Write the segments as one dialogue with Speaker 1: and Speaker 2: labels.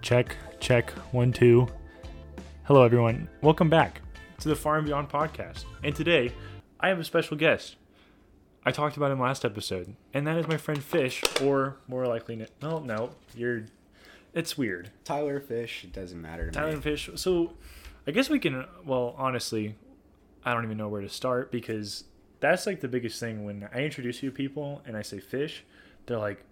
Speaker 1: Check, check, one, two. Hello, everyone. Welcome back to the Far and Beyond podcast. And today, I have a special guest. I talked about him last episode, and that is my friend Fish, or more likely, no, no, you're. It's weird.
Speaker 2: Tyler Fish, it doesn't matter to
Speaker 1: Tyler
Speaker 2: me.
Speaker 1: Fish. So, I guess we can. Well, honestly, I don't even know where to start because that's like the biggest thing when I introduce you to people and I say fish, they're like,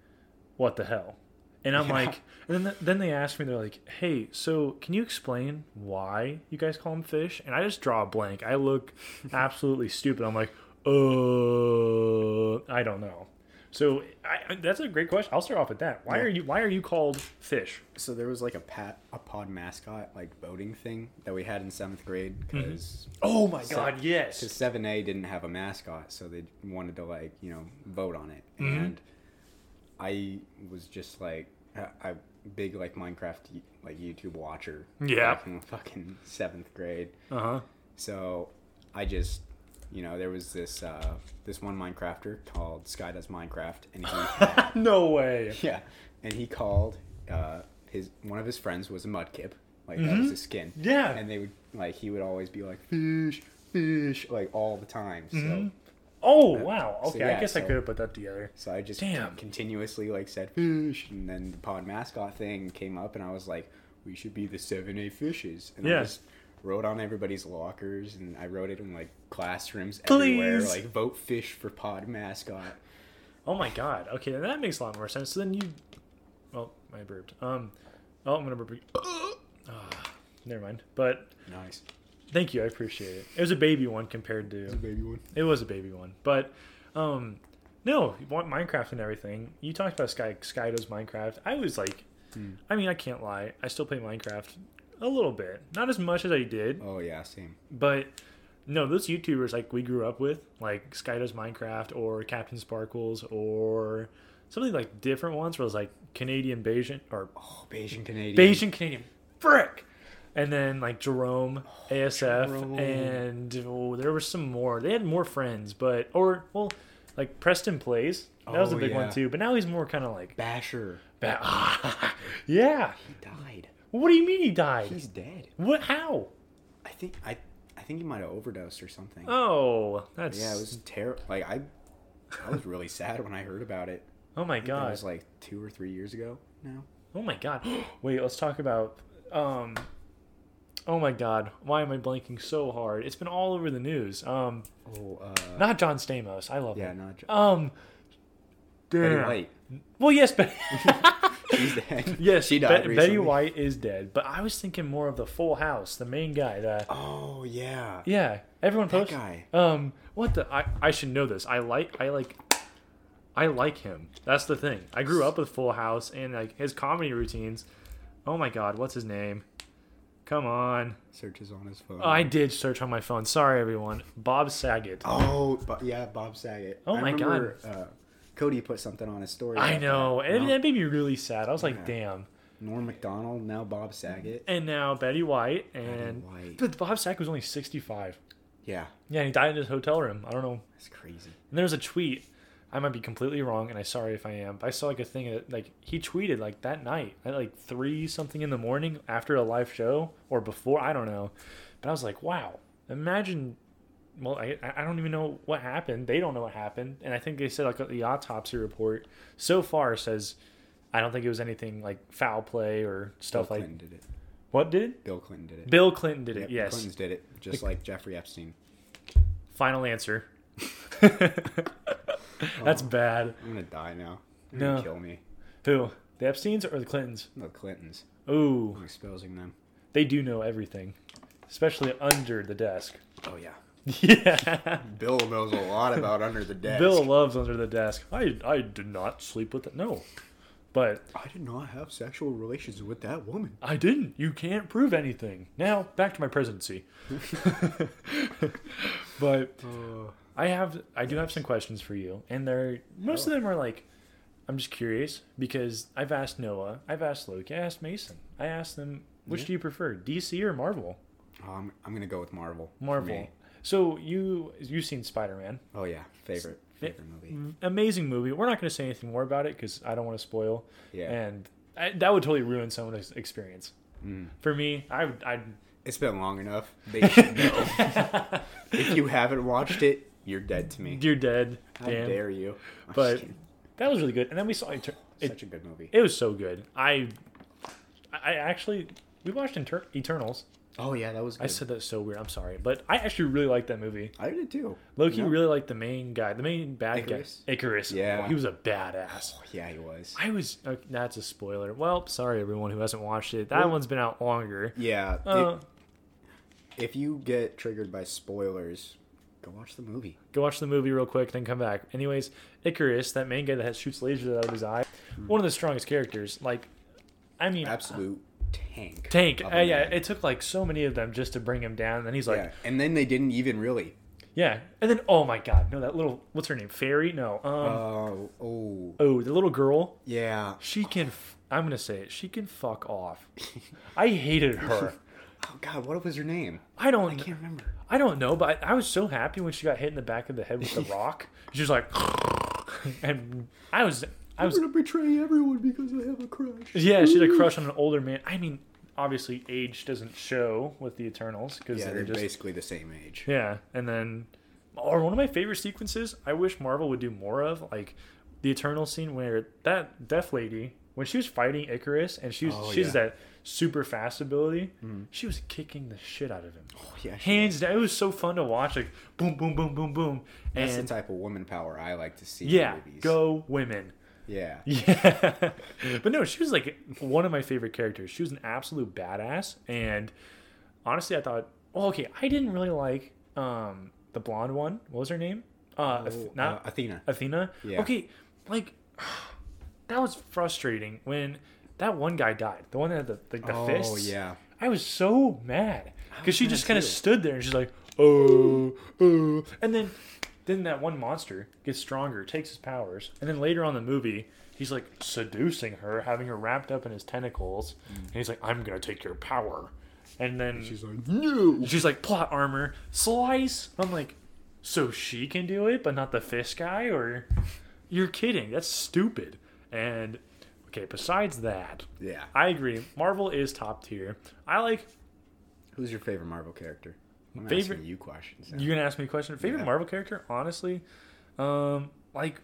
Speaker 1: "What the hell?" And I'm
Speaker 2: Yeah.
Speaker 1: like, and then then they ask me, they're like, "Hey, so can you explain why you guys call him fish?" And I just draw a blank. I look absolutely stupid. I'm like, "Uh, I don't know." So I, I- that's a great question. I'll start off with that. Why
Speaker 2: Yeah.
Speaker 1: are you Why are you called fish?
Speaker 2: So there was like a pat a pod mascot like voting thing that we had in seventh grade because
Speaker 1: Oh my
Speaker 2: God,
Speaker 1: yes.
Speaker 2: seven A didn't have a mascot, so they wanted to like you know vote on it,
Speaker 1: Mm-hmm.
Speaker 2: and I was just like a, a big like Minecraft y- like YouTube watcher.
Speaker 1: Yeah.
Speaker 2: back in the fucking seventh grade.
Speaker 1: Uh huh.
Speaker 2: So I just, you know, there was this uh, this one Minecrafter called Sky Does Minecraft, and he
Speaker 1: No way.
Speaker 2: yeah, and he called uh, his one of his friends was a mudkip, like that was his skin.
Speaker 1: Mm-hmm. Yeah.
Speaker 2: and they would like he would always be like fish, fish, like all the time. So
Speaker 1: Oh wow. Okay,
Speaker 2: yeah,
Speaker 1: I guess I
Speaker 2: so-
Speaker 1: could have put that together.
Speaker 2: so I just
Speaker 1: Damn.
Speaker 2: continuously like said fish, and then the pod mascot thing came up, and I was like, we should be the seven A fishes, and
Speaker 1: Yeah.
Speaker 2: I just wrote on everybody's lockers, and I wrote it in like classrooms everywhere,
Speaker 1: Please.
Speaker 2: like vote fish for pod mascot.
Speaker 1: Oh my god. Okay, then that makes a lot more sense. So then you, well, I burped. Um, oh, I'm gonna burp. Ah, never mind. But
Speaker 2: Nice,
Speaker 1: thank you. I appreciate it. It was a baby one compared
Speaker 2: It's a
Speaker 1: to.
Speaker 2: baby one.
Speaker 1: It was a baby one, but um, no, you want Minecraft and everything. You talked about Sky. Sky does Minecraft. I was like,
Speaker 2: Hmm.
Speaker 1: I mean, I can't lie. I still play Minecraft a little bit, not as much as I did,
Speaker 2: Oh yeah, same.
Speaker 1: But no, those YouTubers like we grew up with, like Sky does Minecraft or Captain Sparkles or something like different ones where it was like Canadian Bayesian or
Speaker 2: Oh, Bayesian Canadian.
Speaker 1: Bayesian Canadian frick. And then like Jerome, ASF,
Speaker 2: Oh, Jerome.
Speaker 1: and oh, there were some more. They had more friends, but or well, like Preston plays. That was a
Speaker 2: Oh,
Speaker 1: big one
Speaker 2: yeah.
Speaker 1: too. But now he's more kind of like,
Speaker 2: Basher.
Speaker 1: ba- yeah.
Speaker 2: He died.
Speaker 1: What do you mean he died?
Speaker 2: He's dead.
Speaker 1: What? How?
Speaker 2: I think I I think he might have overdosed or something.
Speaker 1: Oh, that's
Speaker 2: yeah, it was terrible. Like I I was really sad when I heard about it.
Speaker 1: oh my
Speaker 2: That
Speaker 1: god.
Speaker 2: was like 2 or 3 years ago now.
Speaker 1: Oh my god. Wait, let's talk about um Oh my god. Why am I blanking so hard? It's been all over the news. Um
Speaker 2: Oh, uh
Speaker 1: not John Stamos. I love
Speaker 2: yeah,
Speaker 1: him.
Speaker 2: not John.
Speaker 1: Um
Speaker 2: Betty
Speaker 1: damn.
Speaker 2: White.
Speaker 1: Well, yes, but
Speaker 2: She's dead.
Speaker 1: yes,
Speaker 2: she
Speaker 1: she
Speaker 2: died recently.
Speaker 1: Betty White is dead, but I was thinking more of the Full House, the main guy. The
Speaker 2: Oh, yeah.
Speaker 1: yeah, everyone
Speaker 2: That
Speaker 1: posts.
Speaker 2: guy.
Speaker 1: Um, what the? I I should know this. I like I like I like him. That's the thing. I grew up with Full House and like his comedy routines. Oh my God, what's his name? Come on.
Speaker 2: Searches on his phone.
Speaker 1: Oh, I did search on my phone. Sorry, everyone. Bob Saget.
Speaker 2: Oh, Bo- yeah, Bob Saget.
Speaker 1: Oh
Speaker 2: I
Speaker 1: my God.
Speaker 2: remember, Uh, Cody put something on his story.
Speaker 1: I
Speaker 2: about
Speaker 1: know,
Speaker 2: that.
Speaker 1: and
Speaker 2: No,
Speaker 1: that made me really sad. I was like,
Speaker 2: Yeah.
Speaker 1: damn.
Speaker 2: Norm Macdonald, now Bob Saget.
Speaker 1: And now Betty White and
Speaker 2: White.
Speaker 1: but Bob Saget was only sixty-five.
Speaker 2: Yeah,
Speaker 1: Yeah, he died in his hotel room. I don't know.
Speaker 2: that's crazy.
Speaker 1: And there was a tweet. I might be completely wrong, and I'm sorry if I am. But I saw like a thing that like he tweeted like that night at like three something in the morning after a live show or before. I don't know. But I was like, wow. Imagine. Well, I I don't even know what happened. They don't know what happened, and I think they said like the autopsy report so far says. I don't think it was anything like foul play or
Speaker 2: Bill
Speaker 1: stuff like
Speaker 2: Clinton did it.
Speaker 1: what did
Speaker 2: Bill Clinton did it.
Speaker 1: Bill Clinton did it.
Speaker 2: Yep, the
Speaker 1: yes.
Speaker 2: Clintons did it, just like Jeffrey Epstein.
Speaker 1: Final answer.
Speaker 2: Oh.
Speaker 1: That's bad.
Speaker 2: I'm gonna die now. You're
Speaker 1: No.
Speaker 2: gonna kill me.
Speaker 1: Who? The Epsteins or the Clintons?
Speaker 2: The Clintons.
Speaker 1: Ooh,
Speaker 2: I'm exposing them.
Speaker 1: they do know everything, especially under the desk.
Speaker 2: Oh yeah.
Speaker 1: Yeah.
Speaker 2: Bill knows a lot about under the desk.
Speaker 1: Bill loves under the desk. I, I did not sleep with that. No. But
Speaker 2: I did not have sexual relations with that woman.
Speaker 1: I didn't. You can't prove anything. Now, back to my presidency. but I have I do have some questions for you, and they're most of them are like I'm just curious because I've asked Noah, I've asked Luke, I asked Mason, I asked them which do you prefer, DC or Marvel?
Speaker 2: Um, I'm gonna go with Marvel. for
Speaker 1: Marvel.
Speaker 2: me.
Speaker 1: So you you've seen Spider Man,
Speaker 2: Oh yeah, favorite favorite movie.
Speaker 1: Mm. amazing movie. We're not going to say anything more about it because I don't want to spoil.
Speaker 2: Yeah.
Speaker 1: And I, that would totally ruin someone's experience.
Speaker 2: Mm.
Speaker 1: For me, I would. I'd,
Speaker 2: It's been long enough. They should know. if you haven't watched it, you're dead to me.
Speaker 1: you're dead.
Speaker 2: How
Speaker 1: Damn.
Speaker 2: dare you? I'm just
Speaker 1: But
Speaker 2: kidding.
Speaker 1: that was really good. And then we saw Eter-
Speaker 2: such
Speaker 1: it.
Speaker 2: a good movie.
Speaker 1: It was so good. I, I actually we watched Inter- Eternals.
Speaker 2: Oh yeah, that was. Good.
Speaker 1: I said that's so weird. I'm sorry, but I actually really liked that movie.
Speaker 2: I did too.
Speaker 1: Loki
Speaker 2: You know?
Speaker 1: really liked the main guy, the main bad
Speaker 2: Icarus?
Speaker 1: guy, Icarus.
Speaker 2: Yeah.
Speaker 1: he was a badass.
Speaker 2: Yeah, he was.
Speaker 1: I was. Uh, that's a spoiler. Well, sorry everyone who hasn't watched it. That
Speaker 2: Well-
Speaker 1: one's been out longer.
Speaker 2: Yeah. it-
Speaker 1: Uh,
Speaker 2: if you get triggered by spoilers, go watch the movie.
Speaker 1: go watch the movie real quick, then come back. Anyways, Icarus, that main guy that has, shoots lasers out of his eye, one of the strongest characters. Like, I mean,
Speaker 2: Hmm. Absolute tank.
Speaker 1: Tank.
Speaker 2: of
Speaker 1: Uh,
Speaker 2: a
Speaker 1: yeah,
Speaker 2: man.
Speaker 1: it took like so many of them just to bring him down. And then he's like,
Speaker 2: yeah. And then they didn't even really.
Speaker 1: yeah. and then oh my god, no, that little what's her name, Fairy? No, um,
Speaker 2: Oh, oh,
Speaker 1: oh, the little girl.
Speaker 2: yeah.
Speaker 1: She can. F- I'm gonna say it. She can fuck off. I hated her.
Speaker 2: Oh God, what was her name?
Speaker 1: I
Speaker 2: I
Speaker 1: don't.
Speaker 2: can't remember.
Speaker 1: I don't know, but I, I was so happy when she got hit in the back of the head with the rock. She was like, and I was. I was
Speaker 2: gonna betray everyone because I have a crush.
Speaker 1: Yeah, she had a crush on an older man. I mean, obviously, age doesn't show with the Eternals because
Speaker 2: Yeah,
Speaker 1: they're,
Speaker 2: they're
Speaker 1: just
Speaker 2: basically the same age.
Speaker 1: yeah. And then, or one of my favorite sequences, I wish Marvel would do more of, like the Eternal scene where that deaf lady when she was fighting Icarus and she was
Speaker 2: Oh,
Speaker 1: she's
Speaker 2: yeah. Mm-hmm.
Speaker 1: that super fast ability, she was kicking the shit out of him.
Speaker 2: Oh, Yeah, she-
Speaker 1: Hands down, it was so fun to watch. Like boom, boom, boom, boom, boom,
Speaker 2: that's the
Speaker 1: and
Speaker 2: type of woman power I like to see.
Speaker 1: yeah,
Speaker 2: in movies.
Speaker 1: go women.
Speaker 2: Yeah,
Speaker 1: Yeah. but no, she was like one of my favorite characters. She was an absolute badass. And honestly, I thought, oh, okay, I didn't really like um, the blonde one. What was her name? Uh, Ath-
Speaker 2: Oh,
Speaker 1: not
Speaker 2: uh, Athena.
Speaker 1: Athena.
Speaker 2: Yeah.
Speaker 1: Okay, like that was frustrating when that one guy died. The one that had the, the, the
Speaker 2: Oh,
Speaker 1: fists.
Speaker 2: yeah.
Speaker 1: I was so mad because she
Speaker 2: mad
Speaker 1: just kind of
Speaker 2: too.
Speaker 1: stood there and she's like,
Speaker 2: Uh,
Speaker 1: oh, oh, and then then that one monster gets stronger, takes his powers, and then later on in the movie. He's like seducing her, having her wrapped up in his tentacles, and he's like, "I'm gonna take your power," and then
Speaker 2: Mm. she's like no.
Speaker 1: She's like plot armor slice. I'm like, so she can do it, but not the fish guy, or you're kidding? That's stupid. And okay, besides that,
Speaker 2: Yeah.
Speaker 1: I agree. Marvel is top tier. I like.
Speaker 2: Who's your favorite Marvel character? I'm
Speaker 1: Favorite-
Speaker 2: asking you questions. now.
Speaker 1: You're gonna ask me a question. Favorite
Speaker 2: Yeah.
Speaker 1: Marvel character, honestly, um, like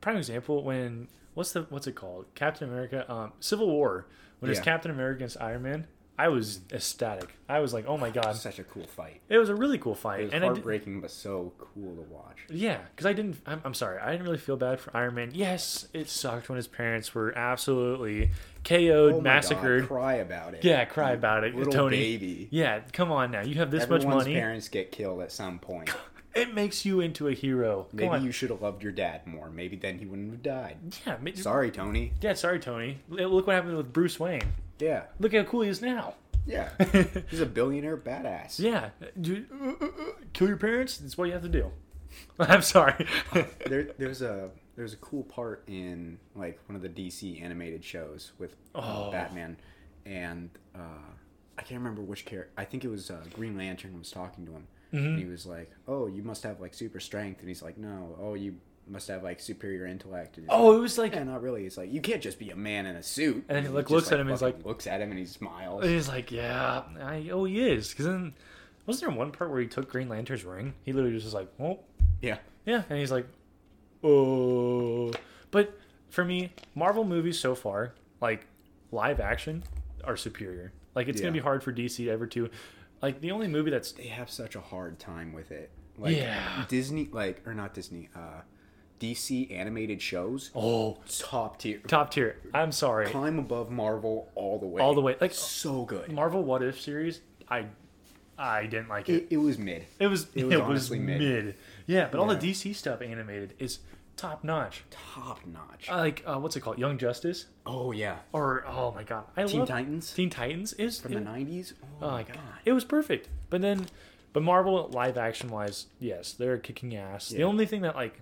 Speaker 1: prime example when what's the what's it called? Captain America, um, Civil War. When it's
Speaker 2: Yeah.
Speaker 1: Captain America against Iron Man, I was ecstatic. I was like, oh my god,
Speaker 2: Such a cool fight.
Speaker 1: it was a really cool fight.
Speaker 2: It was
Speaker 1: and I did-
Speaker 2: heartbreaking, but so cool to watch.
Speaker 1: Yeah, because I didn't. I'm, I'm sorry. I didn't really feel bad for Iron Man. Yes, it sucked when his parents were absolutely KO'd,
Speaker 2: Oh my God,
Speaker 1: massacred.
Speaker 2: cry about it.
Speaker 1: Yeah, cry about it,
Speaker 2: Little
Speaker 1: Tony.
Speaker 2: baby.
Speaker 1: Yeah, come on now. You have this
Speaker 2: Everyone's
Speaker 1: much money.
Speaker 2: parents get killed at some point.
Speaker 1: It makes you into a hero. Come
Speaker 2: Maybe
Speaker 1: on.
Speaker 2: you should have loved your dad more. Maybe then he wouldn't have died.
Speaker 1: Yeah, ma-
Speaker 2: Sorry, Tony.
Speaker 1: yeah. Sorry, Tony. L- Look what happened with Bruce Wayne.
Speaker 2: Yeah,
Speaker 1: Look how cool he is now.
Speaker 2: yeah. He's a billionaire badass.
Speaker 1: yeah, dude, uh, uh, uh, kill your parents. That's what you have to do. I'm sorry.
Speaker 2: There, there's a there's a cool part in like one of the DC animated shows with uh,
Speaker 1: Oh.
Speaker 2: Batman, and uh, I can't remember which character. I think it was uh, Green Lantern was talking to him, and he
Speaker 1: Mm-hmm.
Speaker 2: was like, "Oh, you must have like super strength," and he's like, "No, oh, you must have like superior intellect." And he's
Speaker 1: oh, it was like
Speaker 2: like, yeah, not really. It's like you can't just be a man in a suit.
Speaker 1: And then he, like,
Speaker 2: just,
Speaker 1: looks at him and he's
Speaker 2: fucking
Speaker 1: like-
Speaker 2: looks at him and he smiles.
Speaker 1: And he's like, yeah, I, oh, he is. Because then, wasn't there one part where he took Green Lantern's ring? He literally just was like, well,
Speaker 2: Yeah.
Speaker 1: yeah. And he's like, oh. But for me, Marvel movies so far, like live action, are superior. Like, it's going to
Speaker 2: Yeah.
Speaker 1: be hard for DC ever to. Like, the only movie that's.
Speaker 2: they have such a hard time with it. Like
Speaker 1: Yeah.
Speaker 2: Disney, like or not Disney, uh, DC animated shows,
Speaker 1: Oh,
Speaker 2: top tier,
Speaker 1: top tier. I'm sorry.
Speaker 2: climb above Marvel all the way,
Speaker 1: All the way. Like,
Speaker 2: So good.
Speaker 1: Marvel What If series, I. I didn't like it.
Speaker 2: It, it was mid.
Speaker 1: It was it was,
Speaker 2: honestly
Speaker 1: mid.
Speaker 2: mid.
Speaker 1: Yeah, but all the
Speaker 2: Yeah.
Speaker 1: DC stuff animated is top notch.
Speaker 2: Top notch.
Speaker 1: I like uh, what's it called, Young Justice,
Speaker 2: oh yeah,
Speaker 1: or oh my god, I
Speaker 2: Teen
Speaker 1: love
Speaker 2: Titans
Speaker 1: Teen Titans is
Speaker 2: from
Speaker 1: it,
Speaker 2: the nineties. Oh,
Speaker 1: Oh my god, it was perfect. But then, but Marvel live action wise, yes, they're kicking ass. The
Speaker 2: Yeah.
Speaker 1: only thing that like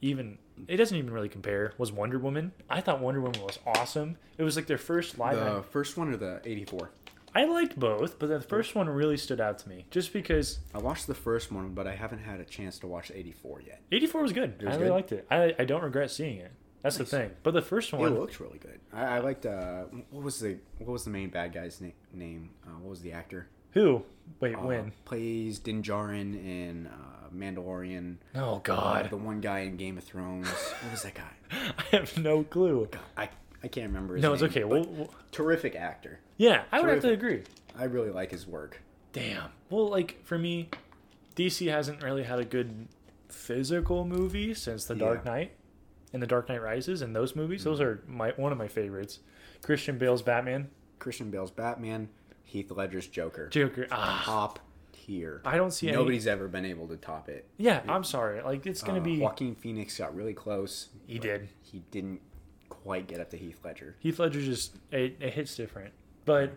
Speaker 1: even it doesn't even really compare was Wonder Woman. I thought Wonder Woman was awesome. It was like their first live.
Speaker 2: The
Speaker 1: act-
Speaker 2: first one or the eighty four.
Speaker 1: I liked both, but the first one really stood out to me just because
Speaker 2: I watched the first one, but I haven't had a chance to watch eighty four yet.
Speaker 1: '84 was good.
Speaker 2: was
Speaker 1: I really
Speaker 2: good?
Speaker 1: liked it. I I don't regret seeing it. That's
Speaker 2: Nice.
Speaker 1: the thing. But the first
Speaker 2: It
Speaker 1: one,
Speaker 2: looks really good. I, I liked. Uh, what was the what was the main bad guy's na- name? Uh, what was the actor?
Speaker 1: who? Wait,
Speaker 2: Uh,
Speaker 1: when?
Speaker 2: plays Din Djarin in uh, Mandalorian.
Speaker 1: Oh
Speaker 2: Uh,
Speaker 1: God,
Speaker 2: the one guy in Game of Thrones. what was that guy?
Speaker 1: I have no clue.
Speaker 2: God, I I can't remember. His
Speaker 1: No, it's
Speaker 2: name,
Speaker 1: okay.
Speaker 2: but
Speaker 1: We'll, we'll-
Speaker 2: terrific actor.
Speaker 1: yeah, I would have to
Speaker 2: terrific.
Speaker 1: agree.
Speaker 2: I really like his work.
Speaker 1: Damn. Well, like for me, DC hasn't really had a good physical movie since The Dark
Speaker 2: Yeah.
Speaker 1: Knight and The Dark Knight Rises, and those movies. Those are my one of my favorites. Christian Bale's Batman,
Speaker 2: Christian Bale's Batman, Heath Ledger's Joker.
Speaker 1: Joker. Ah,
Speaker 2: Top tier.
Speaker 1: I don't see any-
Speaker 2: Nobody's ever been able to top it.
Speaker 1: yeah. I'm sorry. Like it's gonna
Speaker 2: Uh,
Speaker 1: be.
Speaker 2: Joaquin Phoenix got really close.
Speaker 1: He
Speaker 2: but
Speaker 1: did.
Speaker 2: He didn't quite get up to Heath Ledger.
Speaker 1: Heath Ledger just it, it hits different. But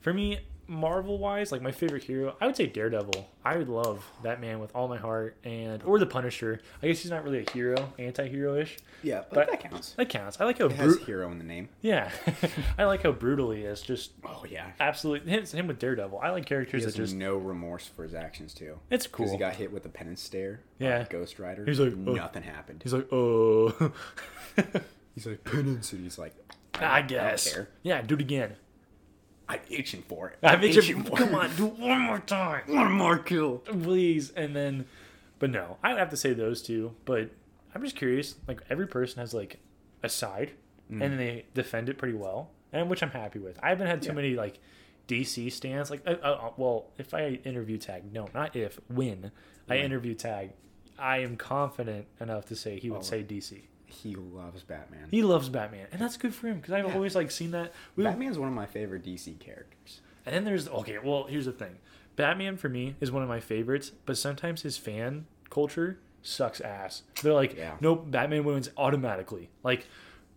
Speaker 1: for me, Marvel wise, like my favorite hero, I would say Daredevil. I would love that man with all my heart, and or the Punisher. I guess he's not really a hero, anti-hero ish.
Speaker 2: Yeah,
Speaker 1: but But-
Speaker 2: that
Speaker 1: that
Speaker 2: counts.
Speaker 1: That counts. I like how
Speaker 2: It has
Speaker 1: bru-
Speaker 2: hero in the name.
Speaker 1: yeah, I like how brutal he is. Just
Speaker 2: Oh yeah.
Speaker 1: absolutely him, him with Daredevil. I like
Speaker 2: He
Speaker 1: characters
Speaker 2: has
Speaker 1: that just
Speaker 2: no remorse for his actions too.
Speaker 1: it's
Speaker 2: Because
Speaker 1: cool.
Speaker 2: he got hit with a penance stare. by
Speaker 1: Yeah.
Speaker 2: Ghost Rider.
Speaker 1: He's like, "Oh."
Speaker 2: nothing happened.
Speaker 1: he's like, oh,
Speaker 2: He's like penance, and he's like,
Speaker 1: I guess.
Speaker 2: care.
Speaker 1: Yeah, do it again.
Speaker 2: I'm itching for it.
Speaker 1: I think you
Speaker 2: it.
Speaker 1: come on, do it one more time.
Speaker 2: One more kill.
Speaker 1: please and then but no i would have to say those two but i'm just curious like every person has like a side and then they defend it pretty well and which i'm happy with i haven't had too
Speaker 2: Yeah.
Speaker 1: many like dc stands like uh, uh, uh, well if i interview tag no not if when i interview tag i am confident enough to say he would say dc
Speaker 2: He loves Batman.
Speaker 1: he loves batman and that's good for him because i've always like seen that we,
Speaker 2: Batman's one of my favorite DC characters.
Speaker 1: and then there's okay. Well, here's the thing. Batman for me is one of my favorites, but sometimes his fan culture sucks ass. They're like,
Speaker 2: Yeah.
Speaker 1: nope, Batman wins automatically. Like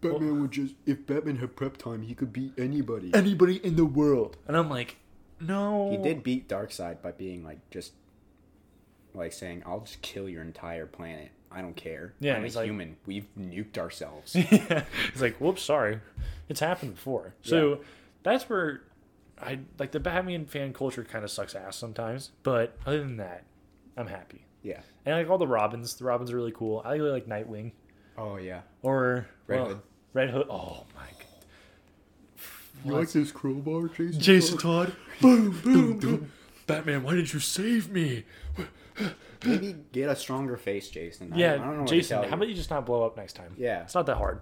Speaker 3: Batman would just if Batman had prep time, he could beat anybody.
Speaker 1: anybody in the world. And I'm like, no.
Speaker 2: He did beat Darkseid by being like just like saying, "I'll just kill your entire planet. I don't care.
Speaker 1: Yeah,
Speaker 2: I'm a
Speaker 1: he's like-
Speaker 2: human. We've nuked ourselves."
Speaker 1: it's like, whoops, sorry. It's happened before. So
Speaker 2: Yeah.
Speaker 1: that's where I like the Batman fan culture kind of sucks ass sometimes. But other than that, I'm happy.
Speaker 2: yeah.
Speaker 1: And I like all the Robins. The Robins are really cool. I really like Nightwing.
Speaker 2: Oh yeah.
Speaker 1: Or
Speaker 2: Red
Speaker 1: well,
Speaker 2: Hood.
Speaker 1: Red Hood. Oh my god.
Speaker 3: You like this crowbar, Jason?
Speaker 1: Jason Todd. Boom, boom, boom. Batman, why didn't you save me?
Speaker 2: Maybe get a stronger face, Jason. I- I
Speaker 1: Yeah,
Speaker 2: don't know what to
Speaker 1: Jason,
Speaker 2: tell
Speaker 1: how
Speaker 2: you.
Speaker 1: about you just not blow up next time?
Speaker 2: Yeah.
Speaker 1: It's not that hard.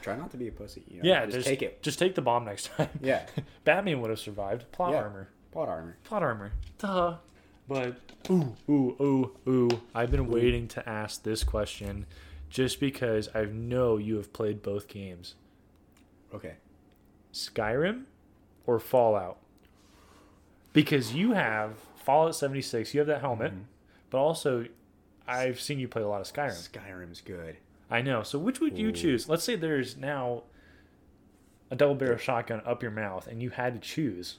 Speaker 2: Try not to be a pussy. You know?
Speaker 1: Yeah,
Speaker 2: just, take it.
Speaker 1: Just take the bomb next time.
Speaker 2: Yeah.
Speaker 1: Batman would have survived. Plot
Speaker 2: Yeah.
Speaker 1: armor.
Speaker 2: Plot armor.
Speaker 1: Plot armor. Duh. But, ooh, ooh, ooh, ooh. I've been waiting to ask this question just because I know you have played both games
Speaker 2: Okay.
Speaker 1: Skyrim or Fallout? Because you have Fallout 76, you have that helmet,
Speaker 2: Mm-hmm.
Speaker 1: but also I've seen you play a lot of Skyrim.
Speaker 2: Skyrim's good.
Speaker 1: I know. So which would you choose? Let's say there's now a double barrel shotgun up your mouth and you had to choose.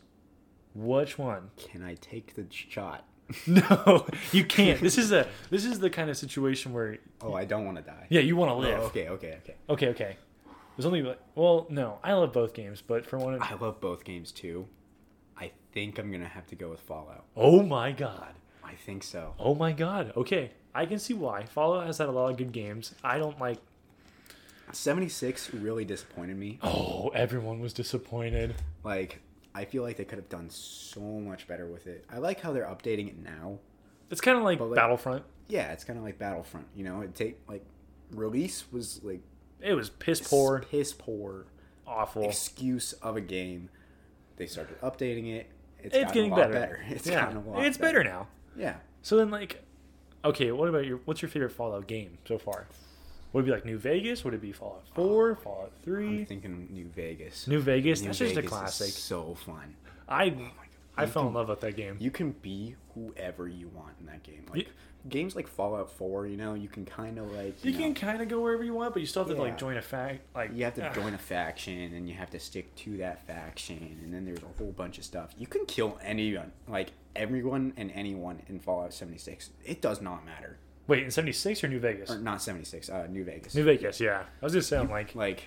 Speaker 1: Which one?
Speaker 2: Can I take the shot?
Speaker 1: No, you can't. This is a this is the kind of situation where
Speaker 2: Oh, I don't want to die.
Speaker 1: yeah, you want to live.
Speaker 2: Oh, okay, okay, okay.
Speaker 1: okay, okay. There's only like- well, no, I love both games, but for one,
Speaker 2: I love both games too. I think I'm gonna have to go with Fallout.
Speaker 1: oh my god.
Speaker 2: I think so.
Speaker 1: Oh my god. Okay. I can see why. Fallout has had a lot of good games. I don't like
Speaker 2: 76 really disappointed me.
Speaker 1: Oh, everyone was disappointed.
Speaker 2: Like, I feel like they could have done so much better with it. I like how they're updating it now.
Speaker 1: It's kind of like,
Speaker 2: like-
Speaker 1: Battlefront.
Speaker 2: Yeah, it's kind of like Battlefront. You know, it take like release was like
Speaker 1: It was piss poor,
Speaker 2: piss poor
Speaker 1: awful.
Speaker 2: excuse of a game. They started updating it.
Speaker 1: it's
Speaker 2: gotten
Speaker 1: getting
Speaker 2: a lot
Speaker 1: better.
Speaker 2: It's
Speaker 1: yeah.
Speaker 2: gotten a lot.
Speaker 1: It's better now.
Speaker 2: Yeah,
Speaker 1: So then like okay, what about your what's your favorite Fallout game so far? Would it be like New Vegas? Would it be Fallout 4, Fallout
Speaker 2: Oh, I'm
Speaker 1: 3?
Speaker 2: thinking New Vegas.
Speaker 1: New Vegas,
Speaker 2: New
Speaker 1: that's just a
Speaker 2: Vegas is
Speaker 1: classic.
Speaker 2: so fun.
Speaker 1: I I fell in love with that game.
Speaker 2: you can be whoever you want in that game. Like
Speaker 1: Ye-
Speaker 2: games like Fallout Four, you know, you can kind of like
Speaker 1: You
Speaker 2: you,
Speaker 1: can
Speaker 2: know,
Speaker 1: kind of go wherever you want, but you still have to
Speaker 2: Yeah.
Speaker 1: like join a fact like
Speaker 2: you have to
Speaker 1: ah.
Speaker 2: join a faction and you have to stick to that faction, and then there's a whole bunch of stuff. You can kill anyone, like everyone and anyone in Fallout seventy six. It does not matter.
Speaker 1: Wait, in 76 or New Vegas?
Speaker 2: Or not seventy six, uh, New Vegas.
Speaker 1: New Vegas, yeah. I was just saying, like,
Speaker 2: like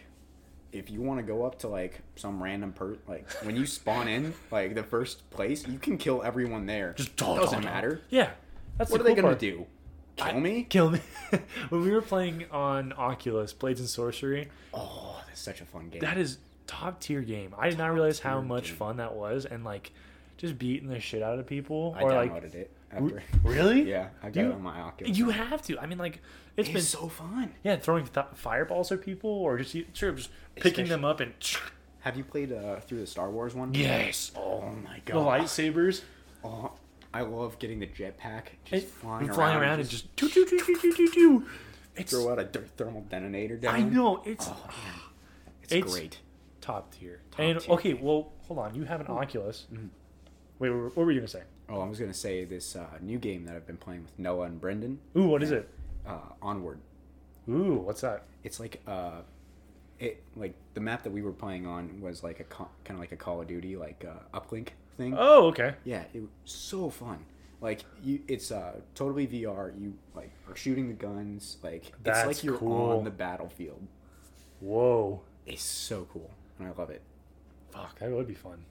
Speaker 2: if you want to go up to like some random per like when you spawn in like the first place you can kill everyone there
Speaker 1: Just
Speaker 2: doesn't matter
Speaker 1: yeah. That's
Speaker 2: what are
Speaker 1: the
Speaker 2: they
Speaker 1: cool
Speaker 2: gonna
Speaker 1: part.
Speaker 2: do Kill me?
Speaker 1: Kill me. when we were playing on Oculus, Blades and Sorcery,
Speaker 2: Oh, that's such a fun game.
Speaker 1: that is top tier game. I did not realize how
Speaker 2: Top-tier
Speaker 1: much
Speaker 2: game.
Speaker 1: fun that was, and like just beating the shit out of people.
Speaker 2: I
Speaker 1: or
Speaker 2: downloaded
Speaker 1: like,
Speaker 2: it.
Speaker 1: Re-
Speaker 2: After.
Speaker 1: really?
Speaker 2: yeah, I got
Speaker 1: You-
Speaker 2: it on my Oculus.
Speaker 1: You have to. I mean, like it's
Speaker 2: it's
Speaker 1: been
Speaker 2: so fun.
Speaker 1: yeah, throwing th- fireballs at people or just sure just picking them up and
Speaker 2: Have you played uh, through the Star Wars one?
Speaker 1: yes,
Speaker 2: Oh my
Speaker 1: the
Speaker 2: god.
Speaker 1: lightsabers
Speaker 2: Oh, I love getting the jetpack,
Speaker 1: It-
Speaker 2: just flying,
Speaker 1: flying
Speaker 2: around,
Speaker 1: around and just do do do do do do do. It's
Speaker 2: throw out a th- thermal detonator down.
Speaker 1: I know it's
Speaker 2: Oh, man. It's,
Speaker 1: It's-
Speaker 2: great.
Speaker 1: top tier. and
Speaker 2: tier.
Speaker 1: okay, well hold on, you have an Oculus.
Speaker 2: Mm-hmm.
Speaker 1: Wait, wha- what were you gonna say?
Speaker 2: Oh, I was gonna say this uh, new game that I've been playing with Noah and Brendan.
Speaker 1: Ooh, what is it?
Speaker 2: Uh, Onward.
Speaker 1: Ooh, what's that?
Speaker 2: It's like uh, it like the map that we were playing on was like a co- kind of like a Call of Duty like uh, uplink thing.
Speaker 1: Oh, okay.
Speaker 2: Yeah, it was so fun. Like you, it's uh totally VR. You like are shooting the guns. Like it's
Speaker 1: That's
Speaker 2: like you're
Speaker 1: cool.
Speaker 2: on the battlefield.
Speaker 1: Whoa,
Speaker 2: It's so cool, and I love it.
Speaker 1: fuck, that would be fun.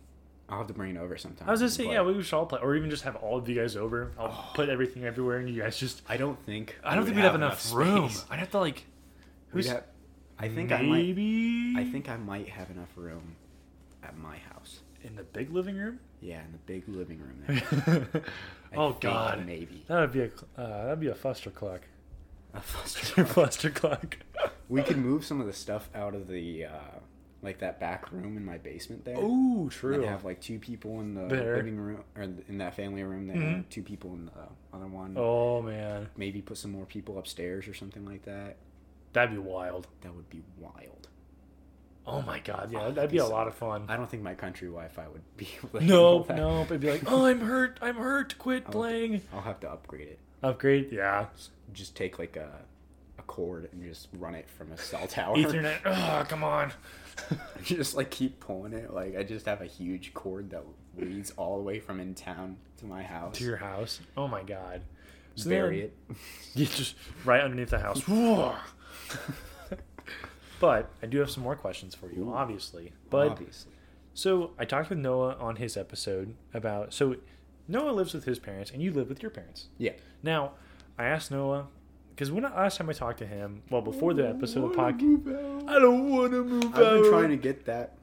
Speaker 2: I'll have to bring it over sometime.
Speaker 1: I was gonna say
Speaker 2: but Oh.
Speaker 1: yeah, we should all play, or even just have all of you guys over. I'll put everything everywhere, and you guys just.
Speaker 2: I don't think
Speaker 1: I don't
Speaker 2: we
Speaker 1: think
Speaker 2: would
Speaker 1: we'd have, enough, room.
Speaker 2: space.
Speaker 1: I'd have to like.
Speaker 2: We'd
Speaker 1: Who's
Speaker 2: have- I think I might.
Speaker 1: maybe?
Speaker 2: I think I might have enough room at my house.
Speaker 1: in the big living room.
Speaker 2: Yeah, in the big living room. There. I
Speaker 1: oh
Speaker 2: think
Speaker 1: God,
Speaker 2: maybe
Speaker 1: that would be a cl- uh, that'd be a fuster clock.
Speaker 2: a
Speaker 1: Your
Speaker 2: foster. home.
Speaker 1: fuster clock.
Speaker 2: we could move some of the stuff out of the uh, like that back room in my basement there.
Speaker 1: Ooh,
Speaker 2: and
Speaker 1: true.
Speaker 2: then have like two people in the
Speaker 1: There.
Speaker 2: living room or in that family room there,
Speaker 1: Mhm.
Speaker 2: two people in the other one.
Speaker 1: oh man,
Speaker 2: Maybe put some more people upstairs or something like that.
Speaker 1: that'd be wild.
Speaker 2: That would be wild.
Speaker 1: Oh my God, yeah,
Speaker 2: Oh,
Speaker 1: that'd,
Speaker 2: that'd
Speaker 1: be
Speaker 2: be
Speaker 1: a
Speaker 2: so-
Speaker 1: lot of fun.
Speaker 2: I don't think my country Wi-Fi would be. able to handle
Speaker 1: No,
Speaker 2: that. Oh.
Speaker 1: no, but it'd be like, oh, I'm hurt, I'm hurt, quit
Speaker 2: I'll-
Speaker 1: playing.
Speaker 2: I'll have to upgrade it.
Speaker 1: Upgrade, yeah.
Speaker 2: S- Just take like a a cord and just run it from a cell tower.
Speaker 1: Ethernet, oh, come on.
Speaker 2: just like keep pulling it. Like I just have a huge cord that leads all the way from in town to my house.
Speaker 1: to your house. Oh my God. So
Speaker 2: Bury
Speaker 1: then-
Speaker 2: it.
Speaker 1: You just right underneath the house. but I do have some more questions for you,
Speaker 2: Ooh.
Speaker 1: obviously. But
Speaker 2: obviously,
Speaker 1: so I talked with Noah on his episode about so Noah lives with his parents and you live with your parents.
Speaker 2: yeah.
Speaker 1: Now, I asked Noah because when I, last time I talked to him, well before the episode of the podcast,
Speaker 2: podcast.
Speaker 1: I don't want to move
Speaker 2: I've been trying to get that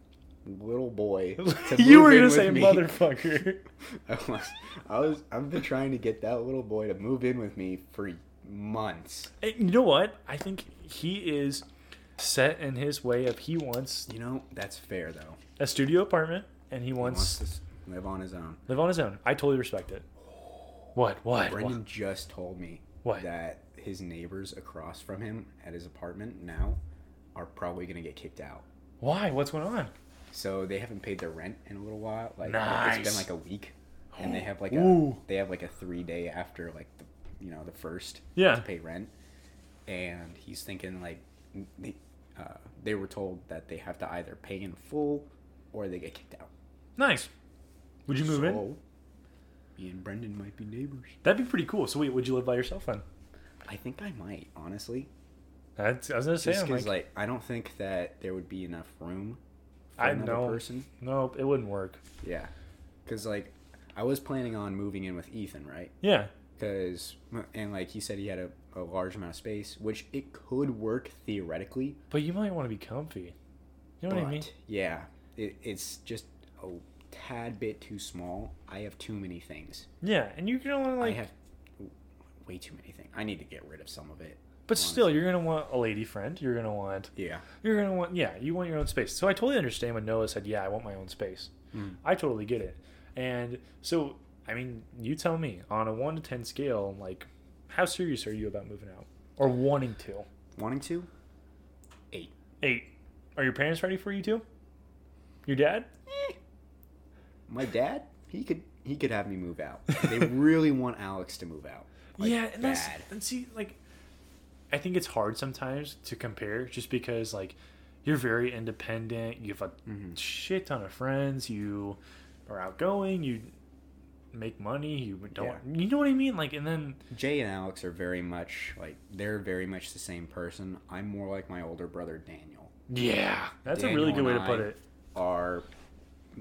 Speaker 2: little boy. To
Speaker 1: you
Speaker 2: move
Speaker 1: were
Speaker 2: in
Speaker 1: gonna
Speaker 2: with
Speaker 1: say
Speaker 2: me.
Speaker 1: motherfucker.
Speaker 2: I was, I was. I've been trying to get that little boy to move in with me for months.
Speaker 1: And you know what? I think he is set in his way of he wants
Speaker 2: You know that's fair though.
Speaker 1: a studio apartment and he
Speaker 2: He wants
Speaker 1: wants
Speaker 2: to s- live on his own.
Speaker 1: Live on his own. I totally respect it. What? What?
Speaker 2: Brendan
Speaker 1: what?
Speaker 2: just told me
Speaker 1: What?
Speaker 2: that his neighbors across from him at his apartment now are probably going to get kicked out.
Speaker 1: Why? What's going on?
Speaker 2: So they haven't paid their rent in a little while. Like it's
Speaker 1: Nice.
Speaker 2: been like a week, and they have like a
Speaker 1: Ooh.
Speaker 2: they have like a three day after like the you know the first
Speaker 1: Yeah.
Speaker 2: to pay rent, and he's thinking like they uh, they were told that they have to either pay in full or they get kicked out.
Speaker 1: Nice. Would you move in?
Speaker 2: So, Me and Brendan might be neighbors.
Speaker 1: That'd be pretty cool. So wait, would you live by yourself then?
Speaker 2: I think I might honestly.
Speaker 1: That's, I was gonna say.
Speaker 2: Just
Speaker 1: I'm
Speaker 2: 'cause,
Speaker 1: like,
Speaker 2: like, I don't think that there would be enough room for
Speaker 1: I
Speaker 2: another
Speaker 1: know.
Speaker 2: person.
Speaker 1: nope, it wouldn't work.
Speaker 2: Yeah, because like I was planning on moving in with Ethan, right?
Speaker 1: Yeah.
Speaker 2: Because and like he said he had a, a large amount of space, which it could work theoretically.
Speaker 1: But you might want to be comfy. You know
Speaker 2: but
Speaker 1: what I mean?
Speaker 2: yeah, it, it's just a tad bit too small. I have too many things.
Speaker 1: Yeah, and you're gonna want to like,
Speaker 2: I have w- way too many things. I need to get rid of some of it.
Speaker 1: but still, you're gonna want a lady friend. You're gonna want,
Speaker 2: Yeah,
Speaker 1: you're gonna want, yeah, you want your own space. So I totally understand when Noah said, "Yeah, I want my own space." I totally get it. And so, I mean, you tell me on a one to ten scale, like, how serious are you about moving out or wanting to?
Speaker 2: wanting to. Eight.
Speaker 1: Eight. Are your parents ready for you too? Your dad?
Speaker 2: my dad he could he could have me move out they really want alex to move out Like,
Speaker 1: yeah, and that's
Speaker 2: bad.
Speaker 1: and see, like, I think it's hard sometimes to compare, just because like you're very independent. You have a
Speaker 2: Mm-hmm.
Speaker 1: shit ton of friends. You are outgoing. You make money. You don't.
Speaker 2: Yeah.
Speaker 1: You know what I mean? Like, and then
Speaker 2: jay and alex are very much like they're very much the same person i'm more like my older brother daniel
Speaker 1: yeah, that's a really good
Speaker 2: Daniel
Speaker 1: way to
Speaker 2: and
Speaker 1: put
Speaker 2: I
Speaker 1: it.
Speaker 2: are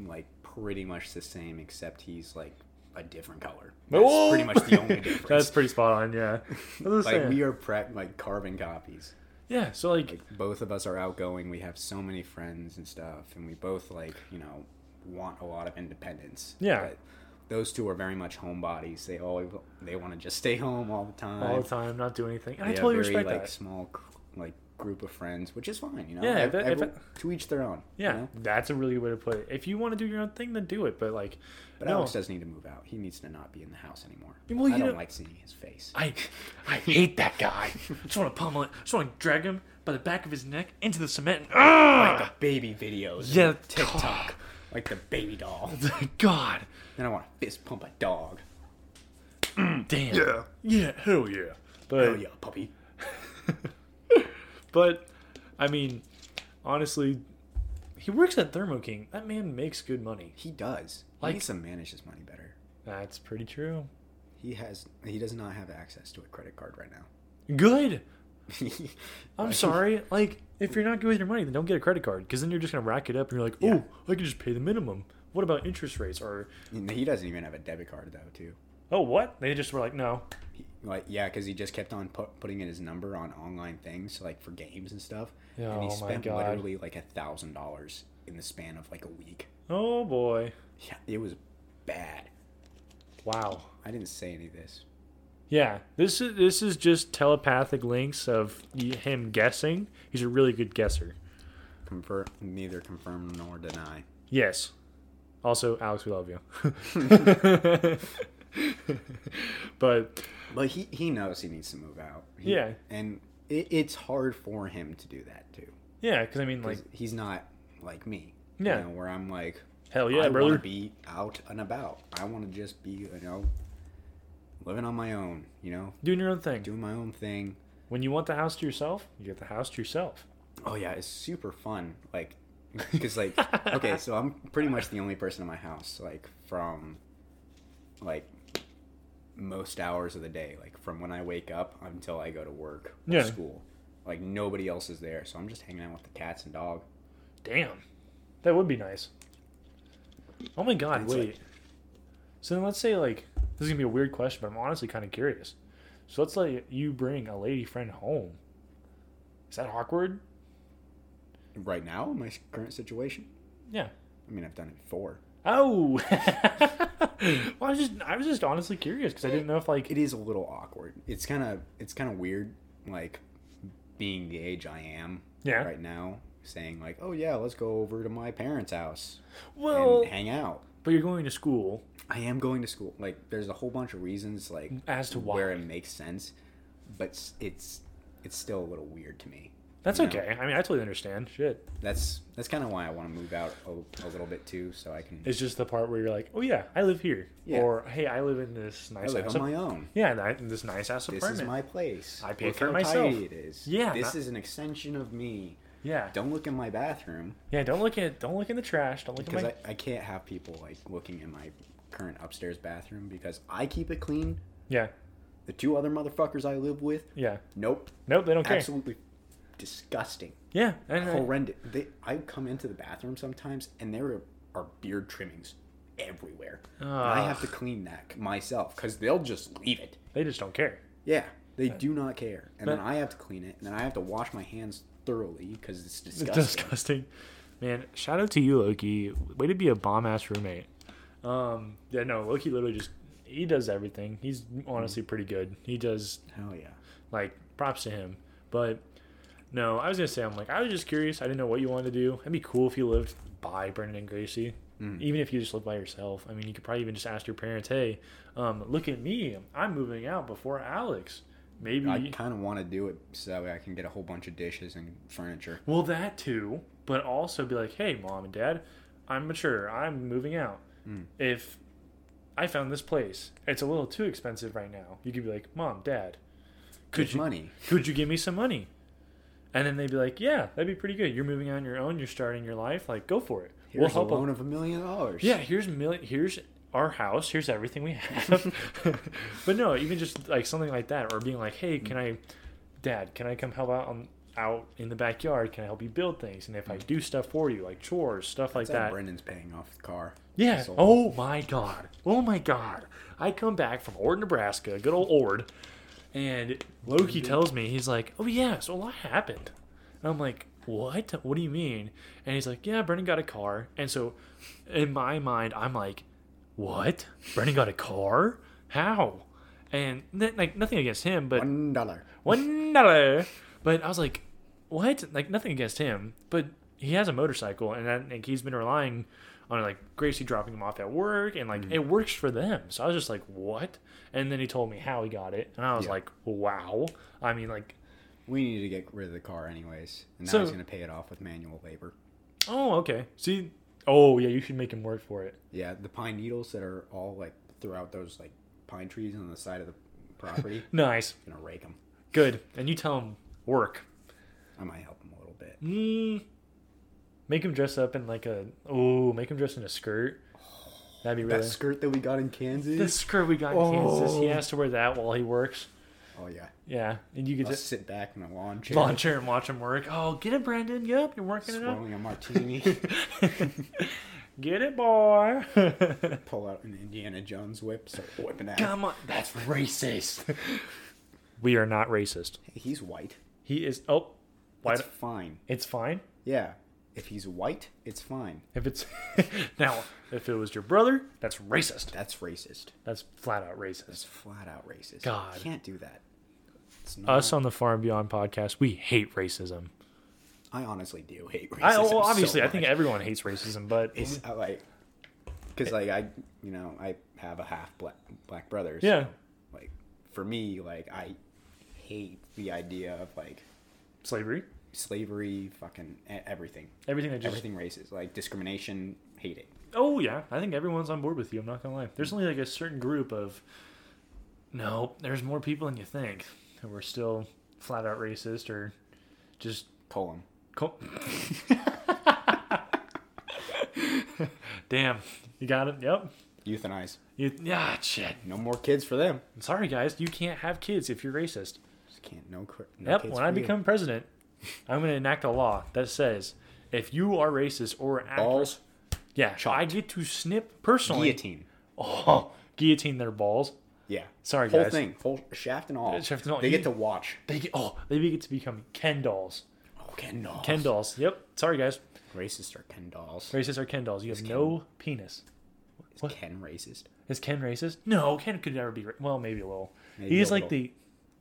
Speaker 2: like pretty much the same except he's like a different color. That's pretty much the only difference.
Speaker 1: Oh! That's pretty spot on. Yeah. I was
Speaker 2: like
Speaker 1: saying.
Speaker 2: we are prep like carbon copies.
Speaker 1: yeah. So like,
Speaker 2: Like both of us are outgoing. We have so many friends and stuff, and we both like you know want a lot of independence.
Speaker 1: Yeah.
Speaker 2: those two are very much homebodies. They always they want to just stay home all the time.
Speaker 1: all the time, not do anything. And I
Speaker 2: They have
Speaker 1: totally
Speaker 2: very,
Speaker 1: respect
Speaker 2: like
Speaker 1: that.
Speaker 2: small like group of friends, which is fine. You know,
Speaker 1: Yeah, if
Speaker 2: Ev-
Speaker 1: it- if
Speaker 2: every- to each their own. you
Speaker 1: Yeah,
Speaker 2: know?
Speaker 1: that's a really good way to put it. If you want to do your own thing, then do it. But like,
Speaker 2: but
Speaker 1: no,
Speaker 2: Alex does need to move out. He needs to not be in the house anymore.
Speaker 1: Well, you
Speaker 2: I don't
Speaker 1: know-
Speaker 2: like seeing his face.
Speaker 1: I, I hate that guy. I just want to pummel it. I just want to drag him by the back of his neck into the cement. Ah,
Speaker 2: baby videos.
Speaker 1: Yeah,
Speaker 2: Yeah, TikTok. like the baby doll.
Speaker 1: God,
Speaker 2: Then I want to fist pump a dog.
Speaker 1: damn. Yeah, yeah, hell yeah. But
Speaker 2: Oh yeah, puppy.
Speaker 1: but, I mean, honestly, he works at Thermo King. That man makes good money.
Speaker 2: He does.
Speaker 1: Like-
Speaker 2: he needs to manage his money better.
Speaker 1: That's pretty true.
Speaker 2: He has. He does not have access to a credit card right now.
Speaker 1: Good. I'm
Speaker 2: Like,
Speaker 1: sorry. Like, if you're not good with your money, then don't get a credit card because then you're just gonna rack it up and you're like, oh,
Speaker 2: Yeah.
Speaker 1: I can just pay the minimum. What about interest rates? Or
Speaker 2: He doesn't even have a debit card though, too.
Speaker 1: oh, what? They just were like, no.
Speaker 2: He, like yeah, because he just kept on pu- putting in his number on online things, like for games and stuff. and he
Speaker 1: Oh, my
Speaker 2: spent
Speaker 1: God.
Speaker 2: literally like a thousand dollars in the span of like a week.
Speaker 1: Oh boy.
Speaker 2: Yeah, it was bad.
Speaker 1: Wow.
Speaker 2: I didn't say any of this.
Speaker 1: Yeah. This is this is just telepathic links of y- him guessing. He's a really good guesser.
Speaker 2: Confirm, neither confirm nor deny.
Speaker 1: Yes. Also, Alex, we love you. but
Speaker 2: But he, he knows he needs to move out. He-
Speaker 1: Yeah.
Speaker 2: And it, it's hard for him to do that too.
Speaker 1: yeah, because I mean, like,
Speaker 2: 'Cause he's not like me.
Speaker 1: Yeah.
Speaker 2: You know, where I'm like,
Speaker 1: hell
Speaker 2: I
Speaker 1: yeah,
Speaker 2: want to
Speaker 1: brother.
Speaker 2: be out and about. I want to just be, you know, living on my own, you know,
Speaker 1: Doing your own thing.
Speaker 2: doing my own thing.
Speaker 1: When you want the house to yourself, you get the house to yourself.
Speaker 2: Oh, yeah. It's super fun. Like, because, like, okay, so I'm pretty much the only person in my house, like, from, like, most hours of the day. Like, from when I wake up until I go to work or
Speaker 1: Yeah.
Speaker 2: school. Like, nobody else is there. So I'm just hanging out with the cats and dog.
Speaker 1: Damn, that would be nice. Oh my god,
Speaker 2: It's
Speaker 1: wait.
Speaker 2: like-
Speaker 1: so then let's say like this is gonna be a weird question, but I'm honestly kind of curious. So let's say you bring a lady friend home. Is that awkward?
Speaker 2: Right now, in my current situation,
Speaker 1: Yeah.
Speaker 2: I mean, I've done it before.
Speaker 1: Oh. well, I was just I was just honestly curious because I didn't know if like
Speaker 2: it is a little awkward. It's kind of it's kind of weird, like being the age I am
Speaker 1: Yeah.
Speaker 2: right now, saying like, "Oh yeah, let's go over to my parents' house
Speaker 1: well,
Speaker 2: and hang out."
Speaker 1: but you're going to school.
Speaker 2: I am going to school. Like, there's a whole bunch of reasons like
Speaker 1: As to why.
Speaker 2: where it makes sense, but s- it's it's still a little weird to me.
Speaker 1: That's
Speaker 2: Yeah.
Speaker 1: okay. I mean, I totally understand. Shit.
Speaker 2: That's that's kind of why I want to move out a, a little bit too, so I can
Speaker 1: It's just the part where you're like, oh yeah, I live here,
Speaker 2: Yeah.
Speaker 1: or hey, I live in this
Speaker 2: I
Speaker 1: nice
Speaker 2: live
Speaker 1: house.
Speaker 2: on my own.
Speaker 1: yeah, that, this nice ass
Speaker 2: This
Speaker 1: apartment.
Speaker 2: is my place.
Speaker 1: I pay
Speaker 2: Look
Speaker 1: for it
Speaker 2: how
Speaker 1: myself.
Speaker 2: tidy It is.
Speaker 1: Yeah,
Speaker 2: This
Speaker 1: not-
Speaker 2: is an extension of me.
Speaker 1: yeah.
Speaker 2: Don't look in my bathroom.
Speaker 1: Yeah, don't look at don't look in the trash. Don't look at
Speaker 2: because
Speaker 1: my.
Speaker 2: I, I can't have people like looking in my current upstairs bathroom because I keep it clean.
Speaker 1: Yeah,
Speaker 2: The two other motherfuckers I live with,
Speaker 1: yeah.
Speaker 2: nope,
Speaker 1: Nope, they don't care.
Speaker 2: absolutely disgusting,
Speaker 1: Yeah, and I,
Speaker 2: horrendous. They, I come into the bathroom sometimes and there are, are beard trimmings everywhere. And I have to clean that myself because they'll just leave it.
Speaker 1: they just don't care.
Speaker 2: Yeah, they do not care, and then
Speaker 1: but-
Speaker 2: I have to clean it, and then I have to wash my hands thoroughly because it's disgusting.
Speaker 1: It's disgusting. Man, shout out to you, Loki. Way to be a bomb ass roommate. Um, yeah, no, Loki literally just he does everything. He's honestly pretty good. He does
Speaker 2: Hell yeah.
Speaker 1: like props to him. But no, I was gonna say I'm like I was just curious. I didn't know what you wanted to do. It'd be cool if you lived by Brendan and Gracie, even if you just lived by yourself. I mean, you could probably even just ask your parents, "Hey, um, look at me. I'm moving out before Alex. Maybe."
Speaker 2: I kind of want to do it so that way I can get a whole bunch of dishes and furniture.
Speaker 1: well, that too, but also be like, "Hey, mom and dad, I'm mature. I'm moving out. If I found this place, it's a little too expensive right now. You could be like, "Mom, dad, could
Speaker 2: Good
Speaker 1: you
Speaker 2: money.
Speaker 1: could you give me some money? And then they'd be like, yeah, that'd be pretty good. You're moving on your own. You're starting your life. Like, go for it.
Speaker 2: Here's
Speaker 1: we'll help.
Speaker 2: a loan
Speaker 1: out."
Speaker 2: of a million dollars.
Speaker 1: Yeah, here's million. Here's our house. Here's everything we have. but no, even just like something like that, or being like, hey, can I, Dad, can I come help out on out in the backyard. Can I help you build things? And
Speaker 2: Mm.
Speaker 1: if I do stuff for you, like chores, stuff like
Speaker 2: It's like
Speaker 1: that.
Speaker 2: Brendan's paying off the car.
Speaker 1: Yeah.
Speaker 2: Sold.
Speaker 1: Oh my god. Oh my god. I come back from Ord, Nebraska, good old Ord, and Loki tells me he's like, "Oh yeah, so a lot happened." And I'm like, "What? What do you mean?" And he's like, "Yeah, Brendan got a car." And so, in my mind, I'm like, "What? Brendan got a car? How?" And n- like nothing against him, but
Speaker 2: One dollar.
Speaker 1: one dollar. But I was like, what? Like nothing against him, but he has a motorcycle, and I think he's been relying on like Gracie dropping him off at work, and like it works for them. So I was just like, what? And then he told me how he got it, and I was
Speaker 2: Yeah.
Speaker 1: like, wow. I mean, like,
Speaker 2: We needed to get rid of the car anyways, and now
Speaker 1: So-
Speaker 2: he's gonna pay it off with manual labor.
Speaker 1: oh, okay. See, oh yeah, you should make him work for it.
Speaker 2: Yeah, the pine needles that are all like throughout those like pine trees on the side of the property.
Speaker 1: Nice,
Speaker 2: gonna rake them.
Speaker 1: good. And you tell him work.
Speaker 2: I might help him a little bit.
Speaker 1: Mm, make him dress up in like a oh, make him dress in a skirt. That'd be really
Speaker 2: That skirt that we got in Kansas.
Speaker 1: The skirt we got in Kansas. He has to wear that while he works.
Speaker 2: Oh yeah.
Speaker 1: Yeah, and you get
Speaker 2: I'll
Speaker 1: to
Speaker 2: sit back in a lawn chair,
Speaker 1: launch her and watch him work. Oh, get it, Brandon. Yep, you're working it up.
Speaker 2: swirling a martini,
Speaker 1: Get it, boy.
Speaker 2: pull out an Indiana Jones whip, start whipping ass.
Speaker 1: Come on.
Speaker 2: That's racist.
Speaker 1: We are not racist.
Speaker 2: he's white.
Speaker 1: He is. Oh, why?
Speaker 2: It's
Speaker 1: It's,
Speaker 2: fine.
Speaker 1: it's fine.
Speaker 2: Yeah. If he's white, it's fine.
Speaker 1: If it's now, if it was your brother, that's racist.
Speaker 2: That's racist.
Speaker 1: That's flat out
Speaker 2: That's
Speaker 1: racist.
Speaker 2: flat out racist.
Speaker 1: God.
Speaker 2: You can't do that. It's not,
Speaker 1: Us on the Far and Beyond podcast, we hate racism.
Speaker 2: I honestly do hate racism.
Speaker 1: I, well,
Speaker 2: so
Speaker 1: obviously, I think
Speaker 2: much.
Speaker 1: everyone hates racism, but
Speaker 2: it's I, like because like I you know I have a half black black brother. So,
Speaker 1: yeah,
Speaker 2: Like for me, like I hate the idea of like
Speaker 1: slavery,
Speaker 2: slavery, fucking e- everything,
Speaker 1: everything that just
Speaker 2: everything racist, like discrimination. Hate it.
Speaker 1: Oh yeah, I think everyone's on board with you. I'm not gonna lie. There's only like a certain group of no. There's more people than you think who are still flat out racist or just
Speaker 2: Colon.
Speaker 1: co- damn. You got it. Yep.
Speaker 2: Euthanize.
Speaker 1: You, yeah. Shit.
Speaker 2: No more kids for them.
Speaker 1: Sorry guys, you can't have kids if you're racist.
Speaker 2: Just can't. No. cr- no
Speaker 1: Yep.
Speaker 2: kids
Speaker 1: When I
Speaker 2: for you.
Speaker 1: become president, I'm gonna enact a law that says if you are racist or act,
Speaker 2: balls
Speaker 1: yeah, I get to snip personally.
Speaker 2: guillotine.
Speaker 1: Oh, guillotine their balls.
Speaker 2: Yeah.
Speaker 1: Sorry,
Speaker 2: whole
Speaker 1: guys.
Speaker 2: thing, whole shaft and all.
Speaker 1: Shaft and all.
Speaker 2: They
Speaker 1: You-
Speaker 2: get to watch.
Speaker 1: They get oh, they get to become Ken dolls.
Speaker 2: Oh, Ken dolls.
Speaker 1: Ken dolls. Yep. Sorry guys.
Speaker 2: Racist are Ken dolls.
Speaker 1: Racists are Ken dolls. You have no penis.
Speaker 2: Is Ken racist?
Speaker 1: Is Ken racist? No, Ken could never be. Ra- well, maybe a little.
Speaker 2: Maybe
Speaker 1: He's
Speaker 2: a
Speaker 1: like
Speaker 2: little.
Speaker 1: the,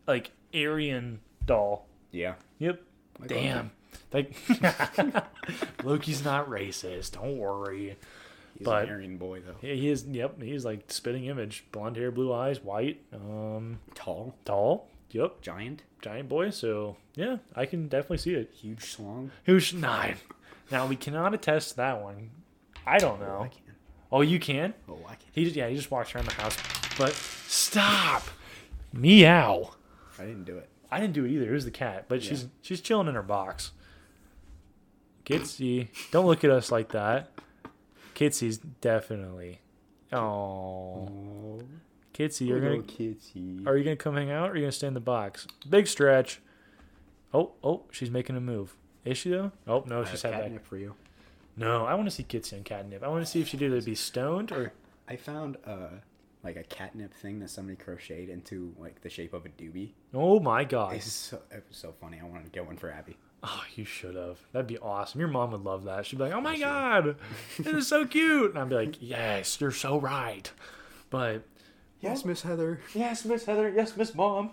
Speaker 1: like Aryan doll.
Speaker 2: Yeah.
Speaker 1: Yep.
Speaker 2: Like
Speaker 1: Damn. Like Loki's not racist. Don't worry.
Speaker 2: He's
Speaker 1: But-
Speaker 2: an Aryan boy though.
Speaker 1: Yeah, He is. Yep. He's like spitting image. Blonde hair, blue eyes, white, um,
Speaker 2: Tall,
Speaker 1: tall. Yep.
Speaker 2: giant,
Speaker 1: Giant boy. So yeah, I can definitely see it.
Speaker 2: huge slong.
Speaker 1: Who's nine? Now we cannot attest to that one. I don't
Speaker 2: Oh, I
Speaker 1: know.
Speaker 2: can.
Speaker 1: Oh, you can?
Speaker 2: Oh, I can.
Speaker 1: He just yeah, he just walks around the house. But stop, meow.
Speaker 2: I didn't do it.
Speaker 1: I didn't do it either. It was the cat, but she's she's chilling in her box. Kitsy, don't look at us like that. Kitsy's definitely. Oh,
Speaker 2: Oh,
Speaker 1: Kitsy, you're gonna
Speaker 2: kitty.
Speaker 1: are you gonna come hang out or are you gonna stay in the box? Big stretch. Oh oh, she's making a move. Is she though? Oh no, she's head back.
Speaker 2: Uh, catnip for you.
Speaker 1: No, I want to see Kitsy on catnip. I want to see if she'd either be stoned or
Speaker 2: I found uh like a catnip thing that somebody crocheted into like the shape of a doobie.
Speaker 1: oh my god,
Speaker 2: It's so it was so funny. I wanted to get one for Abby.
Speaker 1: oh you should have. That'd be awesome. Your mom would love that. She'd be like, oh my god, this is so cute, and I'd be like, yes, you're so right. But
Speaker 2: Yes, Miss Heather.
Speaker 1: yes, Miss Heather, yes, Miss Mom.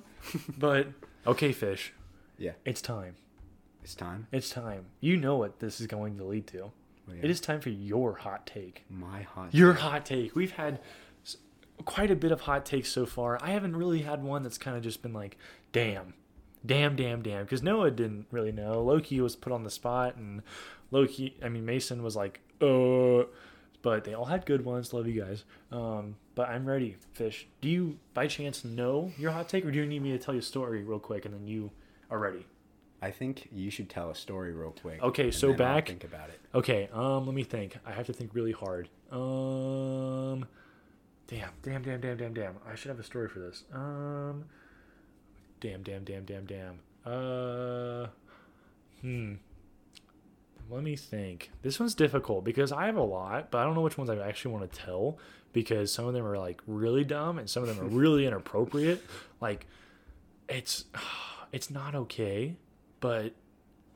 Speaker 1: but okay, fish,
Speaker 2: Yeah,
Speaker 1: it's time.
Speaker 2: it's time.
Speaker 1: It's time. You know what this is going to lead to.
Speaker 2: Oh, yeah.
Speaker 1: It is time for your hot take.
Speaker 2: my hot.
Speaker 1: Your hot take. We've had s- quite a bit of hot takes so far. I haven't really had one that's kind of just been like, damn, damn, damn, damn. Because Noah didn't really know. Loki was put on the spot, and Loki, I mean, Mason was like, uh, but they all had good ones. Love you guys. Um, but I'm ready, Fish. Do you by chance know your hot take, or do you need me to tell you a story real quick and then you are ready?
Speaker 2: I think you should tell a story real quick.
Speaker 1: Okay,
Speaker 2: and
Speaker 1: so
Speaker 2: then I'll
Speaker 1: back-
Speaker 2: think about it.
Speaker 1: Okay, um, let me think. I have to think really hard. Um, damn, damn, damn, damn, damn, damn. I should have a story for this. Um, damn, damn, damn, damn, damn. Uh, Hmm. Let me think. This one's difficult because I have a lot, but I don't know which ones I actually want to tell because some of them are like really dumb and some of them are really inappropriate. Like it's it's not okay, but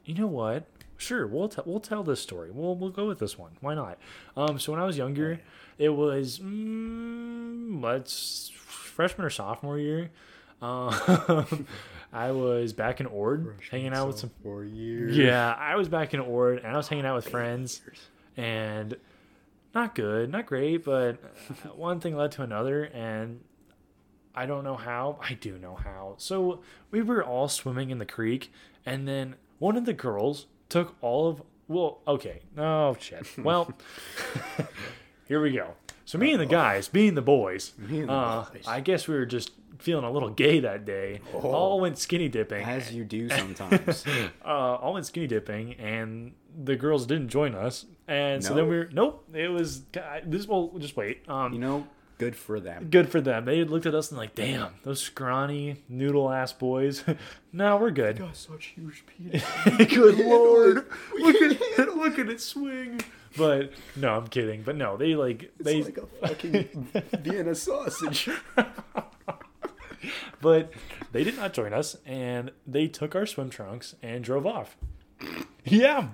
Speaker 1: you know what? Sure, we'll t- we'll tell this story. We'll we'll go with this one. Why not? Um, so when I was younger, it was mm, let's freshman or sophomore year. Um, I was back in Ord, hanging out with some
Speaker 3: four years.
Speaker 1: yeah, I was back in Ord and I was hanging out with friends and not good, not great, but uh, one thing led to another and I don't know how. I do know how. So we were all swimming in the creek and then one of the girls took all of well, okay. Oh shit. Well, here we go. So me and the guys, being the boys,
Speaker 2: Me and the
Speaker 1: uh,
Speaker 2: boys. Oh.
Speaker 1: I guess we were just feeling a little gay that day. All went skinny dipping
Speaker 2: As you do sometimes.
Speaker 1: uh, all went skinny dipping, and the girls didn't join us. And so
Speaker 2: No?
Speaker 1: then we were nope. It was I- this. Well, just wait. Um,
Speaker 2: you know, good for them.
Speaker 1: good for them. They looked at us and like, damn, those scrawny noodle ass boys. no, we're good.
Speaker 3: Got such huge penis.
Speaker 1: good lord, look at it, look at it swing. But no, I'm kidding. But no, they like they.
Speaker 3: It's like a fucking Vienna sausage.
Speaker 1: but they did not join us and they took our swim trunks and drove off yeah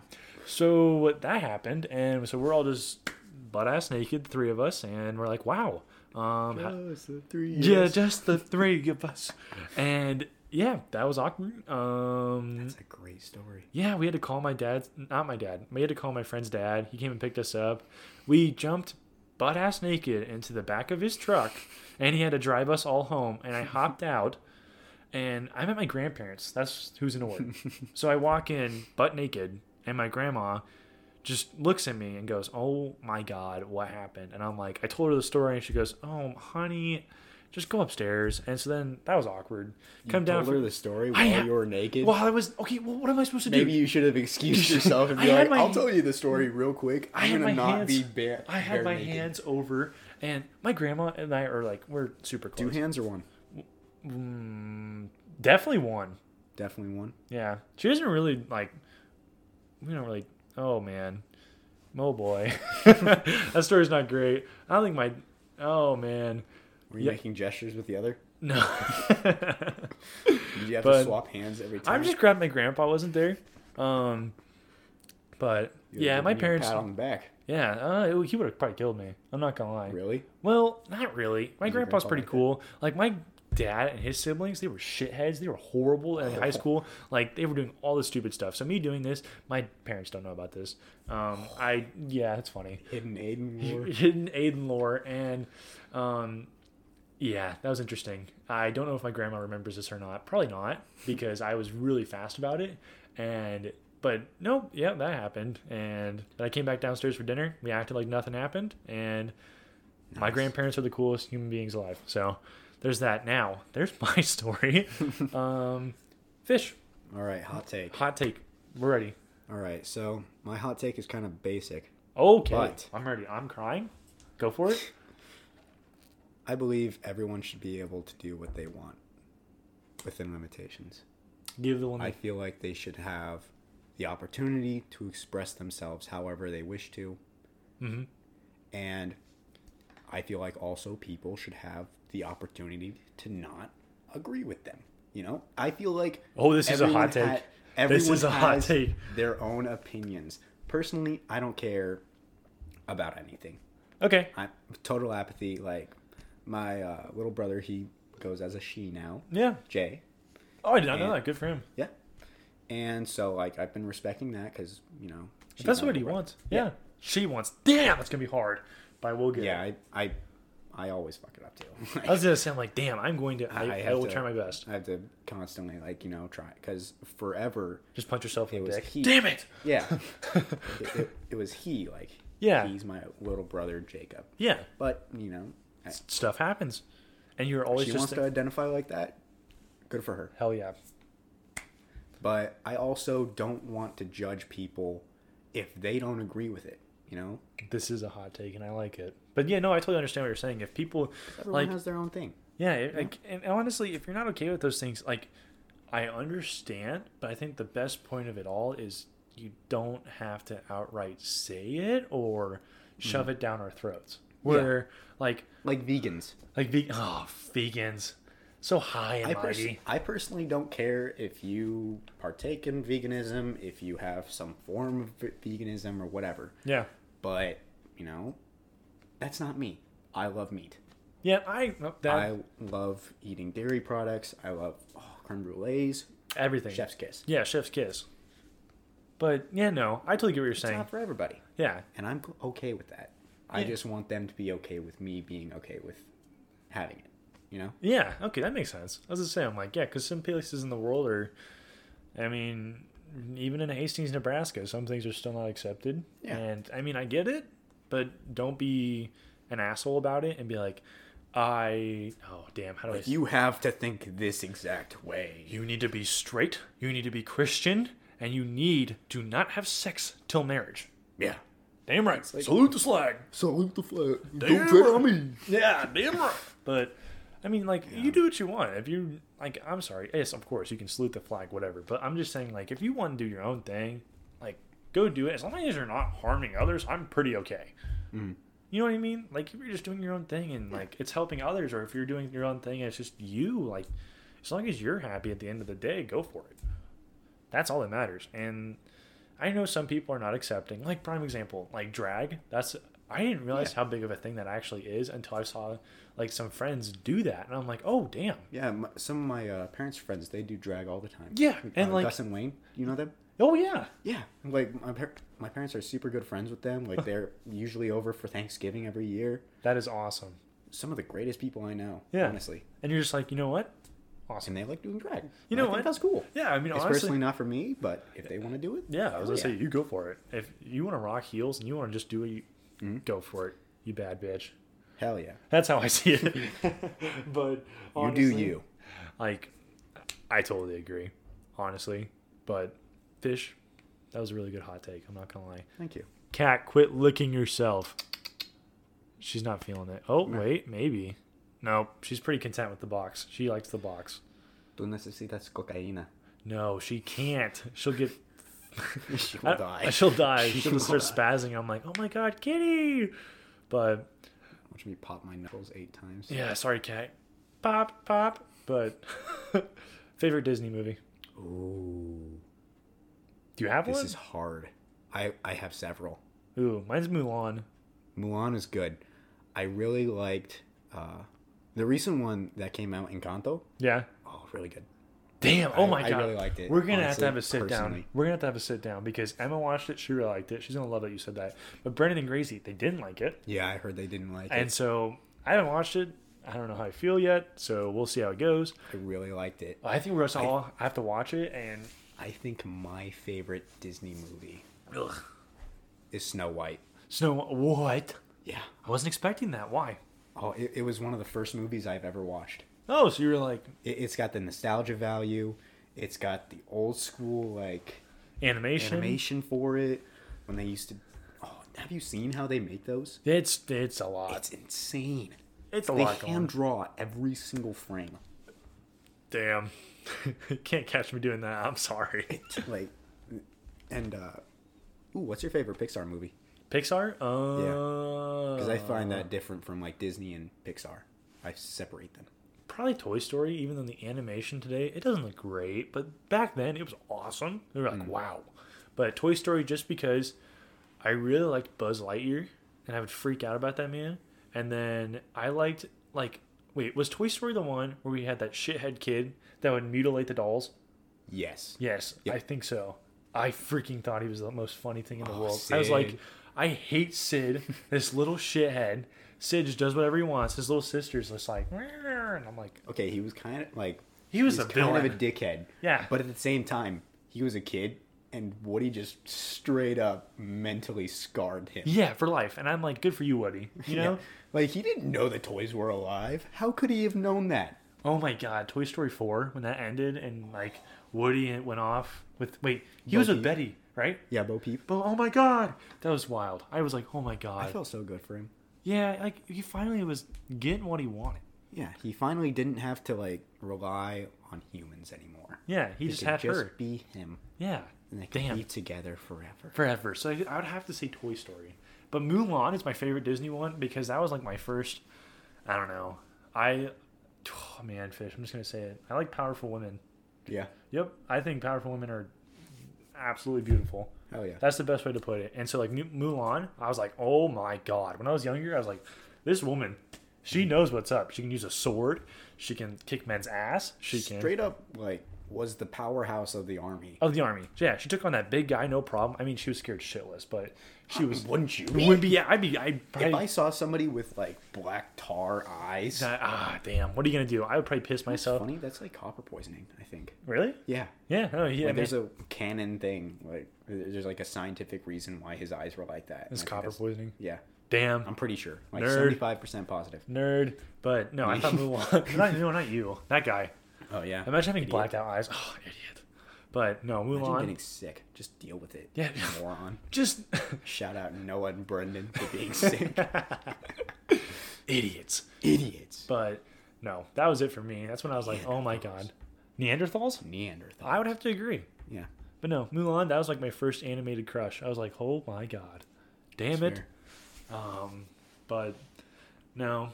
Speaker 1: so that happened and so we're all just butt ass naked the three of us and we're like wow um how-
Speaker 3: Oh, it's the three
Speaker 1: yeah
Speaker 3: years.
Speaker 1: just the three of us and yeah that was awkward um
Speaker 2: That's a great story.
Speaker 1: yeah, we had to call my dad, not my dad. We had to call my friend's dad. He came and picked us up. We jumped butt ass naked into the back of his truck, and he had to drive us all home. And I hopped out, and I'm at my grandparents. That's who's in order. so I walk in butt naked, and my grandma just looks at me and goes, "Oh my god, what happened?" And I'm like, I told her the story, and she goes, "Oh, honey." Just go upstairs, and so then that was awkward. Come
Speaker 2: you
Speaker 1: down
Speaker 2: told her
Speaker 1: for
Speaker 2: the story
Speaker 1: I
Speaker 2: while
Speaker 1: ha-
Speaker 2: you were naked.
Speaker 1: while I was okay. Well, what am I supposed to do?
Speaker 2: Maybe you should have excused yourself and
Speaker 1: I
Speaker 2: be
Speaker 1: had
Speaker 2: like,
Speaker 1: my-
Speaker 2: "I'll
Speaker 3: I'll tell you the story real quick.
Speaker 1: I
Speaker 2: I'm
Speaker 1: had my
Speaker 2: gonna not
Speaker 1: hands,
Speaker 2: be bare."
Speaker 1: I had
Speaker 2: bare
Speaker 1: my
Speaker 2: naked.
Speaker 1: hands over, and my grandma and I are like we're super
Speaker 2: Two
Speaker 1: close.
Speaker 2: hands or one?
Speaker 1: Mm, definitely one.
Speaker 2: Definitely one.
Speaker 1: Yeah, she doesn't really like. We don't really. Oh man, oh boy, that story's not great. I don't think my. Oh man,
Speaker 2: Were you
Speaker 1: Yeah.
Speaker 2: making gestures with the other?
Speaker 1: no.
Speaker 2: Did you have
Speaker 1: But-
Speaker 2: to swap hands every time?
Speaker 1: I'm just glad my grandpa wasn't there. Um, but
Speaker 2: You would've
Speaker 1: yeah,
Speaker 2: given
Speaker 1: my
Speaker 2: me a
Speaker 1: parents.
Speaker 2: pat on the back.
Speaker 1: Yeah, uh, he would have probably killed me. I'm not gonna lie.
Speaker 2: Really?
Speaker 1: Well, not really. My
Speaker 2: your
Speaker 1: grandpa's
Speaker 2: grandpa
Speaker 1: pretty
Speaker 2: like that?
Speaker 1: cool. Like my dad and his siblings, they were shitheads. They were horrible in high school. Like they were doing all this stupid stuff. So me doing this, my parents don't know about this. Um, I yeah, it's funny.
Speaker 2: Hidden Aiden lore.
Speaker 1: Hidden Aiden lore and um, yeah, that was interesting. I don't know if my grandma remembers this or not. Probably not because I was really fast about it. And but no, yeah, that happened. And then I came back downstairs for dinner. We acted like nothing happened. And my grandparents are the coolest human beings alive. So there's that. Now there's my story. um, fish
Speaker 2: All right, hot take.
Speaker 1: hot take. We're ready.
Speaker 2: All right, so my hot take is kind of basic.
Speaker 1: Okay,
Speaker 2: But-
Speaker 1: I'm ready. I'm crying. Go for it.
Speaker 2: I believe everyone should be able to do what they want within limitations.
Speaker 1: Give the one.
Speaker 2: I feel like they should have the opportunity to express themselves however they wish to.
Speaker 1: Mhm.
Speaker 2: And I feel like also people should have the opportunity to not agree with them. You know, I feel like
Speaker 1: Oh, this is a
Speaker 2: everyone
Speaker 1: hot take.
Speaker 2: ha-
Speaker 1: This
Speaker 2: everyone
Speaker 1: is a hot
Speaker 2: has
Speaker 1: take.
Speaker 2: Their own opinions. Personally, I don't care about anything.
Speaker 1: okay.
Speaker 2: I total apathy. Like my uh, little brother, he goes as a she now,
Speaker 1: Yeah.
Speaker 2: Jay.
Speaker 1: Oh, I did not know
Speaker 2: And-
Speaker 1: that. Good for him.
Speaker 2: Yeah. And so, like, I've been respecting that because, you know.
Speaker 1: If
Speaker 2: she's
Speaker 1: that's
Speaker 2: my
Speaker 1: what he
Speaker 2: little brother.
Speaker 1: wants. Yeah. She wants. Damn, that's gonna be hard. But I will get.
Speaker 2: Yeah,
Speaker 1: It.
Speaker 2: I, I, I always fuck it up too.
Speaker 1: I was gonna say, I'm like, damn, I'm going to. I, I,
Speaker 2: have
Speaker 1: will
Speaker 2: to-
Speaker 1: try my best.
Speaker 2: I have to constantly, like, you know, try because forever.
Speaker 1: Just punch yourself in
Speaker 2: It
Speaker 1: the
Speaker 2: was
Speaker 1: dick.
Speaker 2: heat.
Speaker 1: Damn it.
Speaker 2: Yeah. it, it, it was he, like.
Speaker 1: Yeah.
Speaker 2: He's my little brother, Jacob.
Speaker 1: Yeah.
Speaker 2: But, you know, I-
Speaker 1: S- Stuff happens, and you're always
Speaker 2: she
Speaker 1: just.
Speaker 2: wants to identify like that. Good for her.
Speaker 1: Hell yeah.
Speaker 2: But I also don't want to judge people if they don't agree with it, you know?
Speaker 1: This is a hot take, and I like it. But yeah, no, I totally understand what you're saying. If people
Speaker 2: Everyone
Speaker 1: like,
Speaker 2: has their own thing.
Speaker 1: yeah, it- like, and honestly, if you're not okay with those things, like, I understand, but I think the best point of it all is you don't have to outright say it or
Speaker 2: Mm-hmm.
Speaker 1: shove it down our throats. Where like
Speaker 2: Like vegans.
Speaker 1: like ve- oh vegans, so high and
Speaker 2: I, pers-
Speaker 1: mighty.
Speaker 2: I personally don't care if you partake in veganism, if you have some form of ve- veganism or whatever.
Speaker 1: yeah,
Speaker 2: But, you know, that's not me. I love meat.
Speaker 1: yeah. I that
Speaker 2: I love eating dairy products. I love oh, creme brulees.
Speaker 1: everything.
Speaker 2: Chef's kiss.
Speaker 1: Yeah, chef's kiss. But yeah, no, I totally get what you're
Speaker 2: It's
Speaker 1: saying.
Speaker 2: not for everybody.
Speaker 1: Yeah,
Speaker 2: And I'm co- okay with that. I
Speaker 1: Yeah.
Speaker 2: just want them to be okay with me being okay with having it. You know?
Speaker 1: yeah. Okay, that makes sense. I was just saying, I'm like, yeah, because some places in the world are, I mean, even in Hastings, Nebraska, some things are still not accepted.
Speaker 2: Yeah.
Speaker 1: And I mean, I get it, but don't be an asshole about it and be like, I oh damn, how do I? s-
Speaker 2: You have to think this exact way.
Speaker 1: you need to be straight. You need to be Christian, and you need to not have sex till marriage.
Speaker 2: Yeah.
Speaker 1: Damn right. Salute the slag.
Speaker 3: Salute the flag.
Speaker 1: Damn
Speaker 3: Don't tell me.
Speaker 1: Yeah, damn right. But I mean, like, you do what you want. If you like, I'm sorry. Yes, of course you can salute the flag, whatever. But I'm just saying, like, if you want to do your own thing, like, go do it. As long as you're not harming others, I'm pretty okay. You know what I mean? Like, if you're just doing your own thing and like it's helping others, or if you're doing your own thing and it's just you, like, as long as you're happy at the end of the day, go for it. That's all that matters. And I know some people are not accepting. Like prime example, like drag. That's I didn't realize how big of a thing that actually is until I saw like some friends do that, and I'm like, oh damn.
Speaker 2: Yeah, my, some of my uh, parents' friends they do drag all the time.
Speaker 1: Yeah, and,
Speaker 2: Uh,
Speaker 1: like-
Speaker 2: Gus and Wayne, you know them?
Speaker 1: Oh yeah.
Speaker 2: Yeah, like my par- my parents are super good friends with them. Like they're usually over for Thanksgiving every year.
Speaker 1: That is awesome.
Speaker 2: Some of the greatest people I know.
Speaker 1: Yeah.
Speaker 2: honestly,
Speaker 1: And you're just like, you know what?
Speaker 2: and they like doing
Speaker 1: You
Speaker 2: drag. And I
Speaker 1: know
Speaker 2: think
Speaker 1: what?
Speaker 2: That's cool.
Speaker 1: Yeah, I mean
Speaker 2: It's
Speaker 1: honestly.
Speaker 2: personally not for me, but if they want to do it,
Speaker 1: Oh, yeah, I was
Speaker 2: hell
Speaker 1: gonna say you go for it. If you want to rock heels and you want to just do it, you go for it. You bad bitch.
Speaker 2: hell yeah,
Speaker 1: That's how I see it. but
Speaker 2: you do
Speaker 1: honestly,
Speaker 2: you.
Speaker 1: Like, I totally agree, honestly. But fish, that was a really good hot take. I'm not gonna lie.
Speaker 2: Thank you.
Speaker 1: Cat, quit licking yourself. She's not feeling it. Oh wait, maybe. No, she's pretty content with the box. She likes the box.
Speaker 2: Tú necesitas cocaína.
Speaker 1: No, she can't. She'll get.
Speaker 2: She
Speaker 1: I-
Speaker 2: will die.
Speaker 1: She'll die.
Speaker 2: She
Speaker 1: She'll just
Speaker 2: will
Speaker 1: start spazzing. I'm like, oh my god, kitty. But
Speaker 2: Watch me pop my knuckles eight times.
Speaker 1: yeah, sorry, cat. Pop, pop. But favorite Disney movie?
Speaker 2: Ooh,
Speaker 1: Do you have
Speaker 2: this
Speaker 1: one?
Speaker 2: is hard. I I have several.
Speaker 1: Ooh, mine's Mulan.
Speaker 2: Mulan is good. I really liked uh, the recent one that came out in Kanto.
Speaker 1: Yeah.
Speaker 2: Oh, really good.
Speaker 1: Damn. Oh
Speaker 2: I-
Speaker 1: my
Speaker 2: I
Speaker 1: god.
Speaker 2: really liked it,
Speaker 1: We're gonna have
Speaker 2: honestly,
Speaker 1: to have a sit down.
Speaker 2: personally.
Speaker 1: We're gonna have to have a sit down because Emma watched it. She really liked it. She's gonna love that you said that. But Brendan and Gracie, they didn't like it,
Speaker 2: Yeah, I heard they didn't like
Speaker 1: and
Speaker 2: it.
Speaker 1: so I haven't watched it. I don't know how I feel yet, so we'll see how it goes.
Speaker 2: I really liked it.
Speaker 1: I think we're just all have to watch it, and
Speaker 2: I think my favorite Disney movie
Speaker 1: ugh,
Speaker 2: is Snow White.
Speaker 1: Snow. What?
Speaker 2: Yeah.
Speaker 1: I wasn't expecting that. Why?
Speaker 2: Oh, it, it was one of the first movies I've ever watched.
Speaker 1: Oh, so you were like
Speaker 2: It, it's got the nostalgia value. It's got the old school like
Speaker 1: animation?
Speaker 2: animation for it when they used to. Oh, have you seen how they make those?
Speaker 1: It's it's a lot. It's,
Speaker 2: It's insane.
Speaker 1: a
Speaker 2: They
Speaker 1: lot. Going.
Speaker 2: hand draw every single frame.
Speaker 1: Damn. Can't catch me doing that. I'm sorry.
Speaker 2: like and uh ooh what's your favorite pixar movie
Speaker 1: Pixar? Uh,
Speaker 2: because i find that different from like disney and pixar i separate them
Speaker 1: probably Toy Story, even though the animation today, it doesn't look great, but back then it was awesome. They were like,
Speaker 2: Mm.
Speaker 1: wow. But Toy Story, just because I really liked Buzz Lightyear and I would freak out about that man. And then I liked, like, wait, was Toy Story the one where we had that shithead kid that would mutilate the dolls?
Speaker 2: yes
Speaker 1: Yes,
Speaker 2: Yep.
Speaker 1: I think so. I freaking thought he was the most funny thing in the
Speaker 2: Oh,
Speaker 1: world. I was like,
Speaker 2: Sid.
Speaker 1: I hate Sid, this little shithead. Sid just does whatever he wants. His little sister's just like, "Meow," and I'm like,
Speaker 2: okay he was kind of like
Speaker 1: He was a
Speaker 2: kind of a
Speaker 1: villain.
Speaker 2: dickhead
Speaker 1: Yeah.
Speaker 2: but at the same time he was a kid and woody just straight up mentally scarred him
Speaker 1: Yeah, for life. And I'm like, good for you, Woody. You know?
Speaker 2: Yeah. like he didn't know the toys were alive how could he have known that
Speaker 1: Oh my god, Toy Story 4, when that ended and like Woody went off with wait, he was with Betty, right?
Speaker 2: yeah bo peep
Speaker 1: But oh my god, that was wild. I was like, oh my
Speaker 2: i
Speaker 1: god.
Speaker 2: felt so good for him
Speaker 1: yeah, like he finally was getting what he wanted.
Speaker 2: Yeah, he finally didn't have to like rely on humans anymore.
Speaker 1: Yeah, he
Speaker 2: It
Speaker 1: just
Speaker 2: could
Speaker 1: had her.
Speaker 2: be him,
Speaker 1: Yeah.
Speaker 2: and they could
Speaker 1: Damn.
Speaker 2: be together forever.
Speaker 1: Forever. So I, I would have to say Toy Story. But Mulan is my favorite Disney one because that was like my first. I don't know. I. Oh, man, fish. I'm just gonna say it. I like powerful women.
Speaker 2: Yeah,
Speaker 1: Yep, I think powerful women are absolutely beautiful.
Speaker 2: oh yeah,
Speaker 1: That's the best way to put it. And so, like Mu- Mulan, I was like, oh my god. When I was younger, I was like, this woman, she knows what's up. She can use a sword. She can kick men's ass. She can
Speaker 2: straight up like was the powerhouse of the army.
Speaker 1: of the army. Yeah, she took on that big guy, no problem. I mean, she was scared shitless, but she was.
Speaker 2: Wouldn't you?
Speaker 1: Would be. Yeah, I'd be. I'd
Speaker 2: If
Speaker 1: probably.
Speaker 2: I saw somebody with like black tar eyes,
Speaker 1: that- ah, damn. What are you gonna do? I would probably piss myself.
Speaker 2: funny. That's like copper poisoning. I think.
Speaker 1: Really?
Speaker 2: Yeah.
Speaker 1: Yeah. Oh, yeah. I
Speaker 2: Like,
Speaker 1: mean,
Speaker 2: there's a canon thing. Like there's like a scientific reason why his eyes were like that.
Speaker 1: it's
Speaker 2: and I think
Speaker 1: copper
Speaker 2: that's-
Speaker 1: poisoning.
Speaker 2: Yeah,
Speaker 1: Damn.
Speaker 2: I'm pretty sure. Like
Speaker 1: Nerd.
Speaker 2: 75 percent positive.
Speaker 1: Nerd. But no, I thought Mulan. not, no, not you. That guy.
Speaker 2: Oh yeah.
Speaker 1: Imagine having blacked out eyes. Oh, idiot. But no,
Speaker 2: Imagine
Speaker 1: Mulan.
Speaker 2: getting sick. Just deal with it.
Speaker 1: Yeah.
Speaker 2: Moron.
Speaker 1: Just
Speaker 2: Shout out Noah and Brendan for being sick.
Speaker 1: idiots.
Speaker 2: Idiots.
Speaker 1: But no, that was it for me. That's when I was like, oh my
Speaker 2: Neanderthals.
Speaker 1: god, Neanderthals.
Speaker 2: Neanderthal.
Speaker 1: I would have to agree.
Speaker 2: Yeah.
Speaker 1: But no, Mulan. That was like my first animated crush. I was like, oh my god, damn it.
Speaker 2: Fair.
Speaker 1: Um, but no,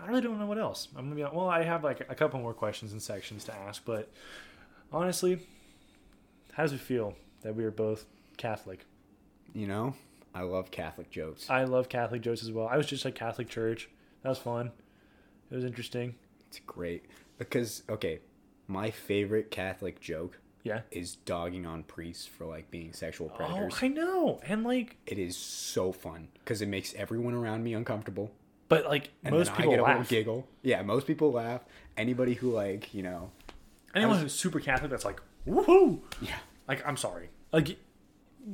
Speaker 1: I really don't know what else. I'm gonna be well. I have like a couple more questions and sections to ask, but honestly, how does it feel that we are both Catholic?
Speaker 2: You know, I love Catholic jokes.
Speaker 1: I love Catholic jokes as well. I was just at Catholic church. That was fun. It was interesting.
Speaker 2: It's great because okay, my favorite Catholic joke
Speaker 1: Yeah.
Speaker 2: is dogging on priests for like being sexual
Speaker 1: Oh,
Speaker 2: predators.
Speaker 1: I know. And like,
Speaker 2: It is so fun because it makes everyone around me uncomfortable.
Speaker 1: but like
Speaker 2: And
Speaker 1: most
Speaker 2: then I
Speaker 1: people
Speaker 2: get a little
Speaker 1: laugh.
Speaker 2: giggle. Yeah, most people laugh. Anybody who like, you know,
Speaker 1: Anyone who's super Catholic that's like, woohoo!
Speaker 2: yeah,
Speaker 1: Like, I'm sorry. Like,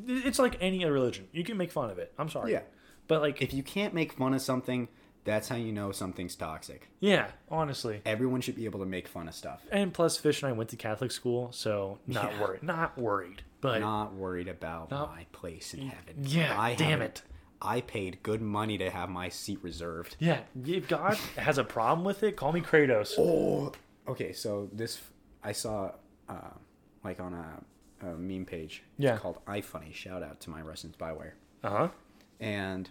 Speaker 1: it's like any other religion. You can make fun of it. I'm sorry.
Speaker 2: Yeah.
Speaker 1: But like,
Speaker 2: if you can't make fun of something, that's how you know something's toxic.
Speaker 1: yeah, honestly.
Speaker 2: Everyone should be able to make fun of stuff.
Speaker 1: And plus, Fish and I went to Catholic school, so not
Speaker 2: Yeah.
Speaker 1: worried. Not worried. But
Speaker 2: Not worried about
Speaker 1: Not-
Speaker 2: my place in heaven.
Speaker 1: yeah, damn
Speaker 2: haven't-
Speaker 1: it.
Speaker 2: I paid good money to have my seat reserved.
Speaker 1: yeah, if God has a problem with it, call me Kratos.
Speaker 2: Oh, okay. So this I saw, uh, like on a, a meme page. It's
Speaker 1: Yeah.
Speaker 2: called iFunny. Shout out to my Russian spyware.
Speaker 1: Uh huh.
Speaker 2: and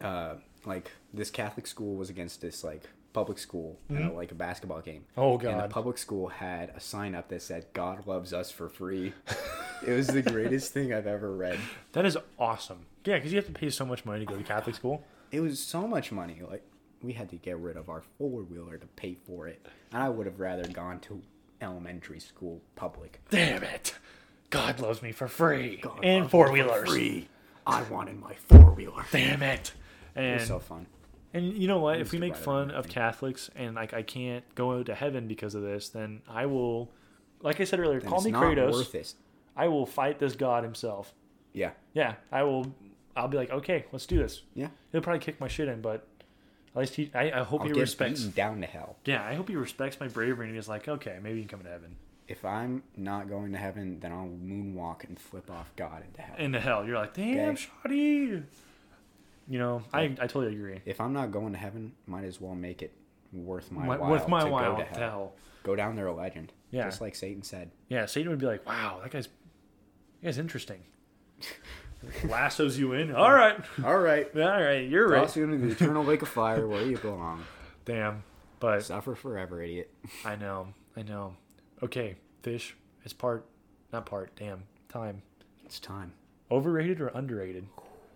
Speaker 2: uh, like this Catholic school was against this like public school at, like a basketball game.
Speaker 1: Mm-hmm. Oh,
Speaker 2: And the
Speaker 1: God.
Speaker 2: public school had a sign up that said "God loves us for free." it was the greatest thing I've ever read.
Speaker 1: That is awesome. Yeah, because you have to pay so much money to go to Catholic school.
Speaker 2: It was so much money. Like we had to get rid of our four wheeler to pay for it. And I would have rather gone to elementary school public.
Speaker 1: Damn it. God loves me for free.
Speaker 2: God loves me
Speaker 1: and
Speaker 2: for
Speaker 1: four wheelers.
Speaker 2: Free. I wanted my four wheeler.
Speaker 1: Damn it. And
Speaker 2: So fun.
Speaker 1: and you know what? If we
Speaker 2: the
Speaker 1: make
Speaker 2: right
Speaker 1: fun of Catholics and like I can't go to heaven because of this, then I will like I said earlier,
Speaker 2: And
Speaker 1: call
Speaker 2: it's
Speaker 1: me
Speaker 2: not
Speaker 1: Kratos.
Speaker 2: worth it.
Speaker 1: I will fight this god himself.
Speaker 2: Yeah.
Speaker 1: Yeah, I will I'll be like, "Okay, let's do this."
Speaker 2: Yeah.
Speaker 1: He'll probably kick my shit in, but at least he I, I hope
Speaker 2: I'll
Speaker 1: he
Speaker 2: get
Speaker 1: respects
Speaker 2: beaten down to hell.
Speaker 1: Yeah, I hope he respects my bravery and he's like, "Okay, maybe you can come to heaven."
Speaker 2: if I'm not going to heaven, then I'll moonwalk and flip off God into heaven.
Speaker 1: In the hell, you're like, "Damn,
Speaker 2: Okay.
Speaker 1: shoddy." You know, I, I totally agree.
Speaker 2: If I'm not going to heaven, might as well make it worth my,
Speaker 1: My-
Speaker 2: while
Speaker 1: worth my
Speaker 2: to
Speaker 1: while
Speaker 2: go to
Speaker 1: to
Speaker 2: hell.
Speaker 1: hell.
Speaker 2: Go down there a legend.
Speaker 1: Yeah.
Speaker 2: Just like Satan said.
Speaker 1: Yeah, Satan would be like, "Wow, that guy's, that guy's interesting." Lassos you in. All right,
Speaker 2: All right.
Speaker 1: all right, you're right.
Speaker 2: Toss you into the eternal lake of fire where you belong.
Speaker 1: Damn, but
Speaker 2: Suffer forever, idiot.
Speaker 1: I know, I know. Okay, fish. It's part, not part. Damn, time.
Speaker 2: It's time.
Speaker 1: Overrated or underrated?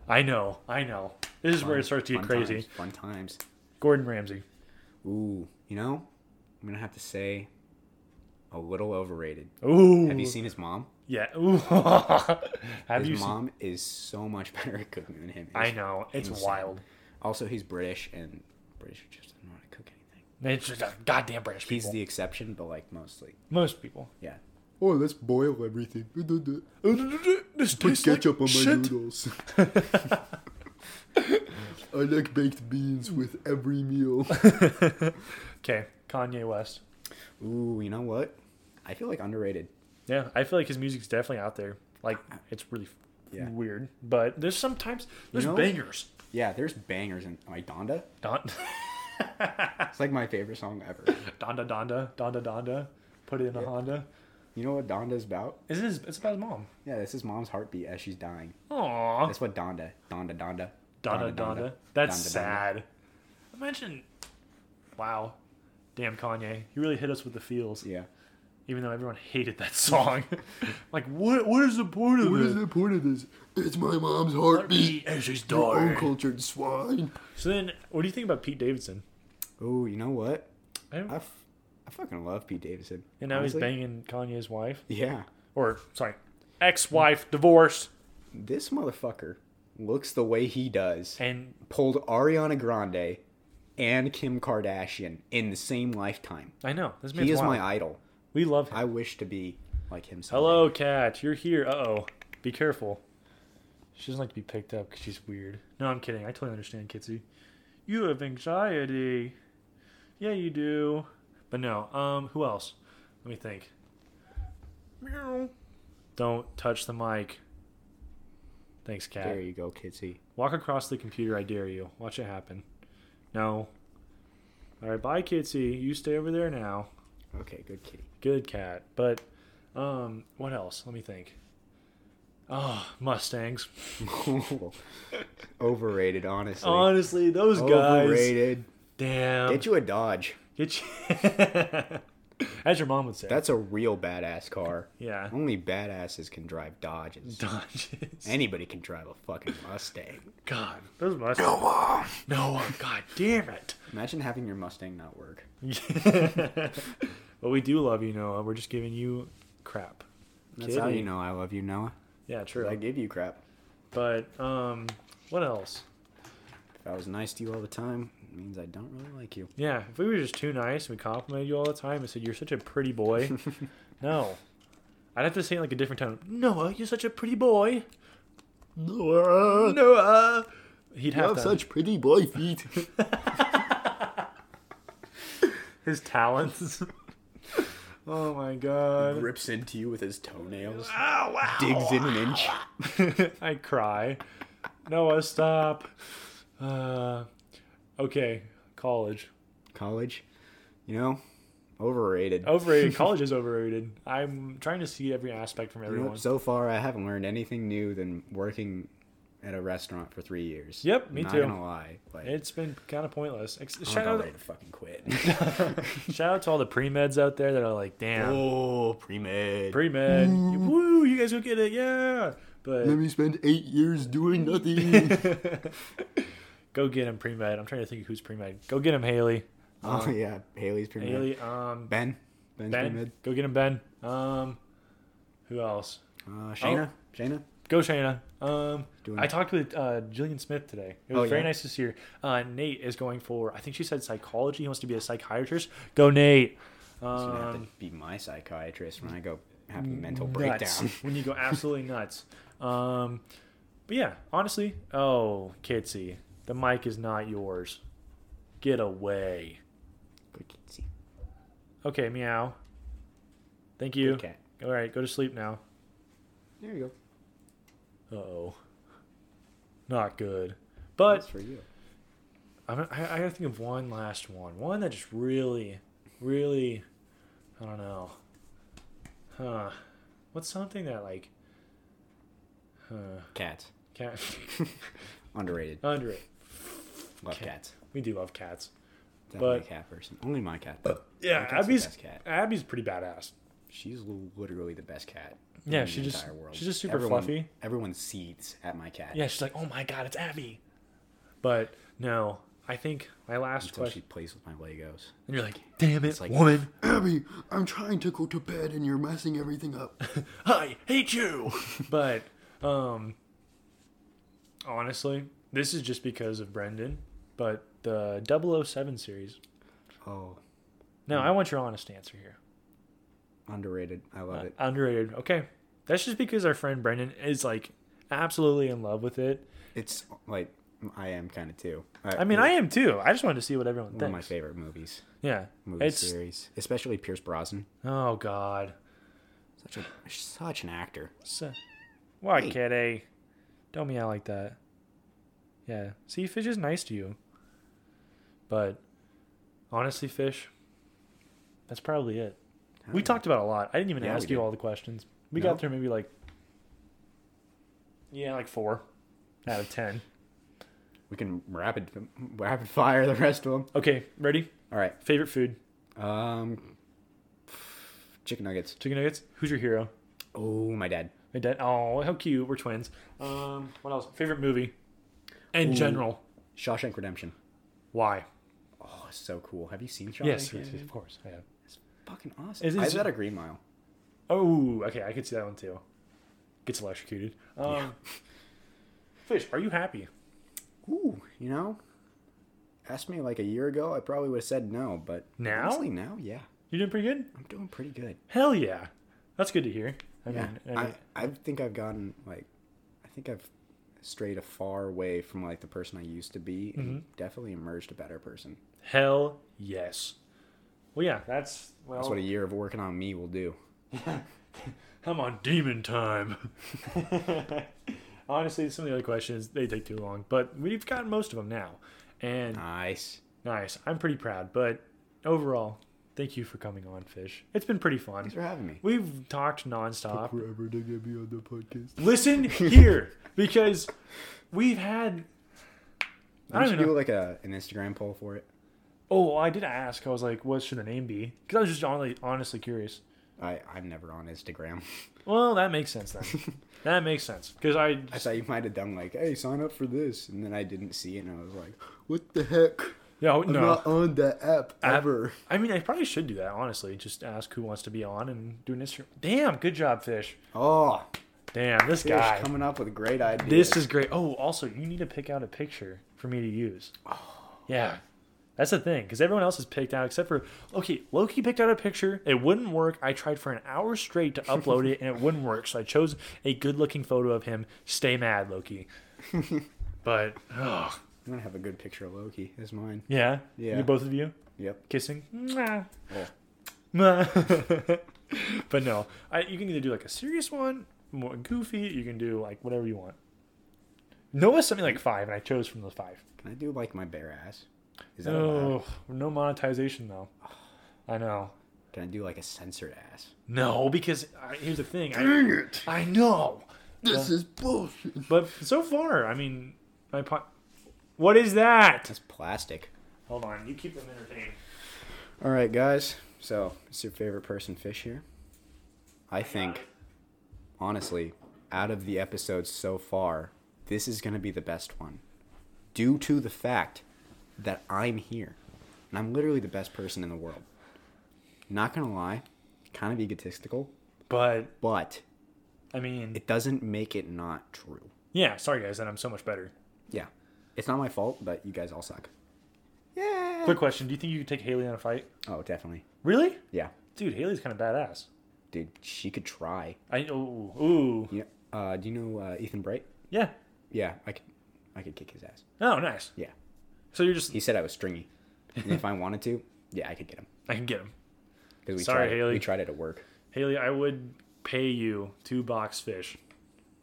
Speaker 1: I know, I know. This is where it starts to get
Speaker 2: Fun
Speaker 1: crazy.
Speaker 2: Times, fun times.
Speaker 1: Gordon Ramsay.
Speaker 2: Ooh. You know, I'm going to have to say a little overrated.
Speaker 1: Ooh.
Speaker 2: Have you seen his mom?
Speaker 1: Yeah. Ooh. Have
Speaker 2: His
Speaker 1: you seen?
Speaker 2: mom is so much better at cooking than him.
Speaker 1: I
Speaker 2: is.
Speaker 1: know. It's
Speaker 2: Insane.
Speaker 1: wild.
Speaker 2: Also, he's British, and British just don't know how to cook anything.
Speaker 1: It's just a goddamn British
Speaker 2: He's
Speaker 1: people.
Speaker 2: the exception, but like mostly,
Speaker 1: Most people.
Speaker 2: yeah.
Speaker 3: Oh, let's boil everything.
Speaker 1: This
Speaker 3: Put
Speaker 1: tastes like
Speaker 3: ketchup on my
Speaker 1: shit.
Speaker 3: noodles. I like baked beans with every meal.
Speaker 1: Okay, Kanye West.
Speaker 2: Ooh, you know what? I feel like underrated.
Speaker 1: Yeah, I feel like his music's definitely out there. Like it's really f-
Speaker 2: Yeah.
Speaker 1: weird, but there's sometimes there's
Speaker 2: know-
Speaker 1: bangers.
Speaker 2: Yeah, there's bangers in like Donda.
Speaker 1: Not
Speaker 2: It's like my favorite song ever.
Speaker 1: Donda Donda Donda Donda. Put it in a Honda.
Speaker 2: You know what Donda's about?
Speaker 1: It's his, it's about his mom.
Speaker 2: Yeah, this is mom's heartbeat as she's dying.
Speaker 1: Aww.
Speaker 2: That's what Donda, Donda, Donda,
Speaker 1: Donda Donda. That's
Speaker 2: Donda, Donda.
Speaker 1: sad. Imagine. Wow. Damn Kanye. He really hit us with the feels.
Speaker 2: Yeah.
Speaker 1: Even though everyone hated that song. like what what is the point of
Speaker 3: What
Speaker 1: this?
Speaker 3: is the point of this? It's my mom's heartbeat.
Speaker 1: as she's
Speaker 3: You uncultured swine.
Speaker 1: So then, what do you think about Pete Davidson?
Speaker 2: Oh, you know what?
Speaker 1: I don't-
Speaker 2: I, f- I fucking love Pete Davidson.
Speaker 1: and now he's
Speaker 2: Honestly.
Speaker 1: banging Kanye's wife,
Speaker 2: Yeah.
Speaker 1: or sorry, ex-wife, divorced,
Speaker 2: This motherfucker looks the way he does.
Speaker 1: and
Speaker 2: Pulled Ariana Grande and Kim Kardashian in the same lifetime.
Speaker 1: I know this man's
Speaker 2: He is
Speaker 1: wild.
Speaker 2: my idol.
Speaker 1: We love him.
Speaker 2: I wish to be like him. someday.
Speaker 1: Hello, cat. You're here. Uh oh. Be careful. She doesn't like to be picked up because she's weird. No, I'm kidding. I totally understand, Kitsy. You have anxiety. Yeah, you do. But no. Um, who else? Let me think. Meow. Don't touch the mic. Thanks, cat.
Speaker 2: There you go, Kitsy.
Speaker 1: Walk across the computer, I dare you. Watch it happen. No. All right, bye, Kitsy. You stay over there now.
Speaker 2: Okay, good kitty.
Speaker 1: Good cat. But, um, what else? Let me think. Oh, Mustangs.
Speaker 2: Overrated, honestly.
Speaker 1: Honestly, those guys.
Speaker 2: Overrated.
Speaker 1: Damn.
Speaker 2: Get you a Dodge.
Speaker 1: Get you- As your mom would say.
Speaker 2: That's a real badass car.
Speaker 1: yeah.
Speaker 2: Only badasses can drive Dodges.
Speaker 1: Dodges.
Speaker 2: Anybody can drive a fucking Mustang.
Speaker 1: God, those Mustangs. No,
Speaker 3: Mom.
Speaker 1: God damn it.
Speaker 2: Imagine having your Mustang not work.
Speaker 1: but we do love you, Noah. We're just giving you crap.
Speaker 2: That's how
Speaker 1: Kitty.
Speaker 2: you know I love you, Noah.
Speaker 1: Yeah, true.
Speaker 2: I give you crap.
Speaker 1: But um, what else?
Speaker 2: If I was nice to you all the time, it means I don't really like you.
Speaker 1: Yeah, if we were just too nice and we complimented you all the time and said you're such a pretty boy, no, I'd have to say it like a different tone. Noah, you're such a pretty boy.
Speaker 3: Noah.
Speaker 1: Noah, he'd
Speaker 3: uh, You
Speaker 1: have
Speaker 3: have
Speaker 1: to.
Speaker 3: such pretty boy feet.
Speaker 1: His talents. oh my god.
Speaker 2: Rips into you with his toenails.
Speaker 1: Oh, wow.
Speaker 2: Digs in an inch.
Speaker 1: I cry. Noah, stop. Uh, okay, college.
Speaker 2: College, you know, overrated.
Speaker 1: Overrated. college is overrated. I'm trying to see every aspect from
Speaker 2: You know,
Speaker 1: everyone.
Speaker 2: so far, I haven't learned anything new than working at a restaurant for three years.
Speaker 1: Yep, me
Speaker 2: I'm
Speaker 1: too.
Speaker 2: Not gonna lie, like,
Speaker 1: It's been kind of pointless. Ex-
Speaker 3: Oh,
Speaker 2: I'm
Speaker 1: shout,
Speaker 2: about
Speaker 1: out,
Speaker 2: ready to fucking quit.
Speaker 1: shout out to all the pre meds out there that are like, damn,
Speaker 2: oh, pre med.
Speaker 1: pre med,
Speaker 2: Mm.
Speaker 1: woo, you guys go get it, yeah.
Speaker 3: Let
Speaker 1: But
Speaker 3: me spend eight years doing nothing.
Speaker 1: go get him pre med. I'm trying to think of who's pre med. Go get him, Haley. Um,
Speaker 2: oh yeah, Haley's pre med.
Speaker 1: Haley, um,
Speaker 2: Ben, Ben's pre
Speaker 1: Ben,
Speaker 2: med.
Speaker 1: go get him, Ben. Um, who else? Oh.
Speaker 2: Uh, Shayna, Shayna.
Speaker 1: Go Shayna. Um,
Speaker 2: Doing-
Speaker 1: I talked with uh, Jillian Smith today. It was
Speaker 2: Oh,
Speaker 1: very
Speaker 2: yeah?
Speaker 1: nice to see her. Uh, Nate is going for, I think she said psychology. He wants to be a psychiatrist. Go Nate.
Speaker 2: He's gonna have
Speaker 1: Um,
Speaker 2: to be my psychiatrist when I go have a mental
Speaker 1: nuts
Speaker 2: breakdown.
Speaker 1: when you go absolutely nuts. Um, but yeah, honestly, oh Kitsy, the mic is not yours. Get away.
Speaker 2: Good kitsy.
Speaker 1: Okay, meow. Thank you.
Speaker 2: Good cat.
Speaker 1: All right, go to sleep now.
Speaker 2: There you go.
Speaker 1: Uh oh, not good. But
Speaker 2: That's for you.
Speaker 1: I'm, I, I gotta think of one last one. One that just really, really, I don't know. Huh? What's something that like? Huh?
Speaker 2: Cats.
Speaker 1: Can't
Speaker 2: Underrated.
Speaker 1: under it.
Speaker 2: Love
Speaker 1: cat.
Speaker 2: cats.
Speaker 1: We do love cats.
Speaker 2: Definitely
Speaker 1: But-
Speaker 2: a cat person. Only my cat. Though.
Speaker 1: Yeah,
Speaker 2: My cat's the
Speaker 1: Abby's
Speaker 2: best cat.
Speaker 1: Abby's pretty badass.
Speaker 2: She's l- literally the best cat.
Speaker 1: Yeah,
Speaker 2: in
Speaker 1: she
Speaker 2: the
Speaker 1: just-
Speaker 2: entire world.
Speaker 1: she's just super
Speaker 2: everyone,
Speaker 1: fluffy.
Speaker 2: Everyone seethes at my cat.
Speaker 1: Yeah, she's like, oh my god, it's Abby. But no, I think my last
Speaker 2: Until she
Speaker 1: question,
Speaker 2: plays with my Legos.
Speaker 1: and you're like, damn it,
Speaker 2: like-
Speaker 1: woman,
Speaker 3: Abby, I'm trying to go to bed and you're messing everything up.
Speaker 1: I hate you. but um, honestly, this is just because of Brendan. But the 007 series.
Speaker 2: Oh,
Speaker 1: No, I want your honest answer here.
Speaker 2: underrated. I love it.
Speaker 1: Underrated. Okay, that's just because our friend Brendan is like absolutely in love with it.
Speaker 2: It's like I am kind of too.
Speaker 1: I mean, I am too. I just wanted to see what everyone
Speaker 2: one of my
Speaker 1: thinks.
Speaker 2: favorite movies.
Speaker 1: Yeah,
Speaker 2: Movie
Speaker 1: it's
Speaker 2: series, especially Pierce Brosnan.
Speaker 1: oh god.
Speaker 2: Such a such an actor.
Speaker 1: So, what,
Speaker 2: Hey.
Speaker 1: kitty? eh? Don't meow like that. Yeah. See, Fish is nice to you. But Honestly, fish. That's probably it.
Speaker 2: I
Speaker 1: We
Speaker 2: don't know.
Speaker 1: talked about a lot. I didn't even
Speaker 2: Yeah,
Speaker 1: ask
Speaker 2: we
Speaker 1: you
Speaker 2: did.
Speaker 1: all the questions. We
Speaker 2: No.
Speaker 1: got through maybe like yeah, like four out of ten.
Speaker 2: We can rapid rapid fire the rest of them.
Speaker 1: Okay, ready?
Speaker 2: All right.
Speaker 1: Favorite food?
Speaker 2: Um, chicken nuggets.
Speaker 1: Chicken nuggets. Who's your hero?
Speaker 2: Oh, my dad.
Speaker 1: My dad. Oh, how cute. We're twins. Um, what else? Favorite movie? In
Speaker 2: Ooh.
Speaker 1: general,
Speaker 2: Shawshank Redemption.
Speaker 1: why?
Speaker 2: Oh, it's so cool. Have you seen Shawshank?
Speaker 1: Yes, yes,
Speaker 2: Redemption?
Speaker 1: of course. I have.
Speaker 2: It's fucking awesome.
Speaker 1: It
Speaker 2: I
Speaker 1: is-
Speaker 2: got a Green Mile.
Speaker 1: Oh, okay. I could see that one too. Gets electrocuted. Um, Fish, are you happy?
Speaker 2: Ooh, you know, asked me like a year ago, I probably would have said no, but
Speaker 1: Now?
Speaker 2: honestly, now, yeah,
Speaker 1: You doing pretty good.
Speaker 2: I'm doing pretty good.
Speaker 1: Hell yeah, that's good to hear. I
Speaker 2: yeah,
Speaker 1: mean, I
Speaker 2: I,
Speaker 1: mean
Speaker 2: I think I've gotten like, I think I've strayed a far way from like the person I used to be, and
Speaker 1: Mm-hmm.
Speaker 2: definitely emerged a better person.
Speaker 1: hell yes. Well, yeah, that's well.
Speaker 2: That's what a year of working on me will do.
Speaker 1: I'm on demon time. Honestly, some of the other questions they take too long, but we've gotten most of them now, and
Speaker 2: Nice.
Speaker 1: nice. I'm pretty proud. But overall, thank you for coming on, Fish. It's been pretty fun.
Speaker 2: Thanks for having me.
Speaker 1: We've talked nonstop.
Speaker 3: Forever to get me on the podcast.
Speaker 1: Listen here, because we've had. I
Speaker 2: I
Speaker 1: don't
Speaker 2: should
Speaker 1: even
Speaker 2: do
Speaker 1: know.
Speaker 2: like a an Instagram poll for it.
Speaker 1: Oh, I did ask. I was like, "What should the name be?" Because I was just honestly, honestly curious.
Speaker 2: I I'm never on Instagram.
Speaker 1: Well, that makes sense then. that makes sense because I
Speaker 2: I thought you might have done like, hey, sign up for this, and then I didn't see it, and I was like,
Speaker 3: What the heck?
Speaker 1: yeah
Speaker 3: I'm
Speaker 1: no.
Speaker 3: not on that app ever.
Speaker 1: I mean, I probably should do that honestly. Just ask who wants to be on and do an Instagram. Damn, good job, Fish.
Speaker 2: oh,
Speaker 1: Damn, this
Speaker 2: Fish
Speaker 1: guy.
Speaker 2: coming up with great ideas.
Speaker 1: This is great. Oh, also, you need to pick out a picture for me to use. Yeah. That's the thing, because everyone else has picked out except for okay, Loki picked out a picture. It wouldn't work. I tried for an hour straight to upload it, and it wouldn't work. So I chose a good-looking photo of him. Stay mad, Loki. but oh,
Speaker 2: I'm gonna have a good picture of Loki as mine.
Speaker 1: yeah,
Speaker 2: Yeah.
Speaker 1: You- both of you
Speaker 2: Yep.
Speaker 1: kissing. Mwah.
Speaker 2: Oh.
Speaker 1: Mwah. but no, I, you can either do like a serious one, more goofy. You can do like whatever you want. Noah sent me like five, and I chose from the five.
Speaker 2: Can I do like my bare ass? Is that allowed?
Speaker 1: Oh, no monetization though. I know.
Speaker 2: Can I do like a censored ass?
Speaker 1: No, because I, here's the thing. I,
Speaker 3: it!
Speaker 1: I know,
Speaker 3: This is bullshit.
Speaker 1: but so far, I mean, my po- What is that?
Speaker 2: That's plastic.
Speaker 1: Hold on, you keep them entertained.
Speaker 2: All right, guys. So, it's your favorite person fish here. I think, honestly, out of the episodes so far, this is going to be the best one, due to the fact that I'm here, and I'm literally the best person in the world. Not gonna lie, kind of egotistical,
Speaker 1: But
Speaker 2: but
Speaker 1: I mean,
Speaker 2: it doesn't make it not true.
Speaker 1: yeah. Sorry guys, that I'm so much better.
Speaker 2: Yeah, it's not my fault, but you guys all suck. Yeah.
Speaker 1: Quick question: Do you think you could take Haley on a fight?
Speaker 2: Oh, definitely.
Speaker 1: Really?
Speaker 2: Yeah,
Speaker 1: Dude, Haley's kind of badass.
Speaker 2: dude, she could try.
Speaker 1: I oh ooh
Speaker 2: You know, uh, do you know uh, Ethan Bright?
Speaker 1: yeah.
Speaker 2: Yeah, I could, I could kick his ass.
Speaker 1: Oh, nice.
Speaker 2: Yeah,
Speaker 1: So you're just
Speaker 2: he said I was stringy, and if I wanted to, yeah, I could get him.
Speaker 1: I can get him.
Speaker 2: Because we
Speaker 1: Sorry,
Speaker 2: tried,
Speaker 1: Haley.
Speaker 2: we tried it at work.
Speaker 1: Haley, I would pay you two box fish,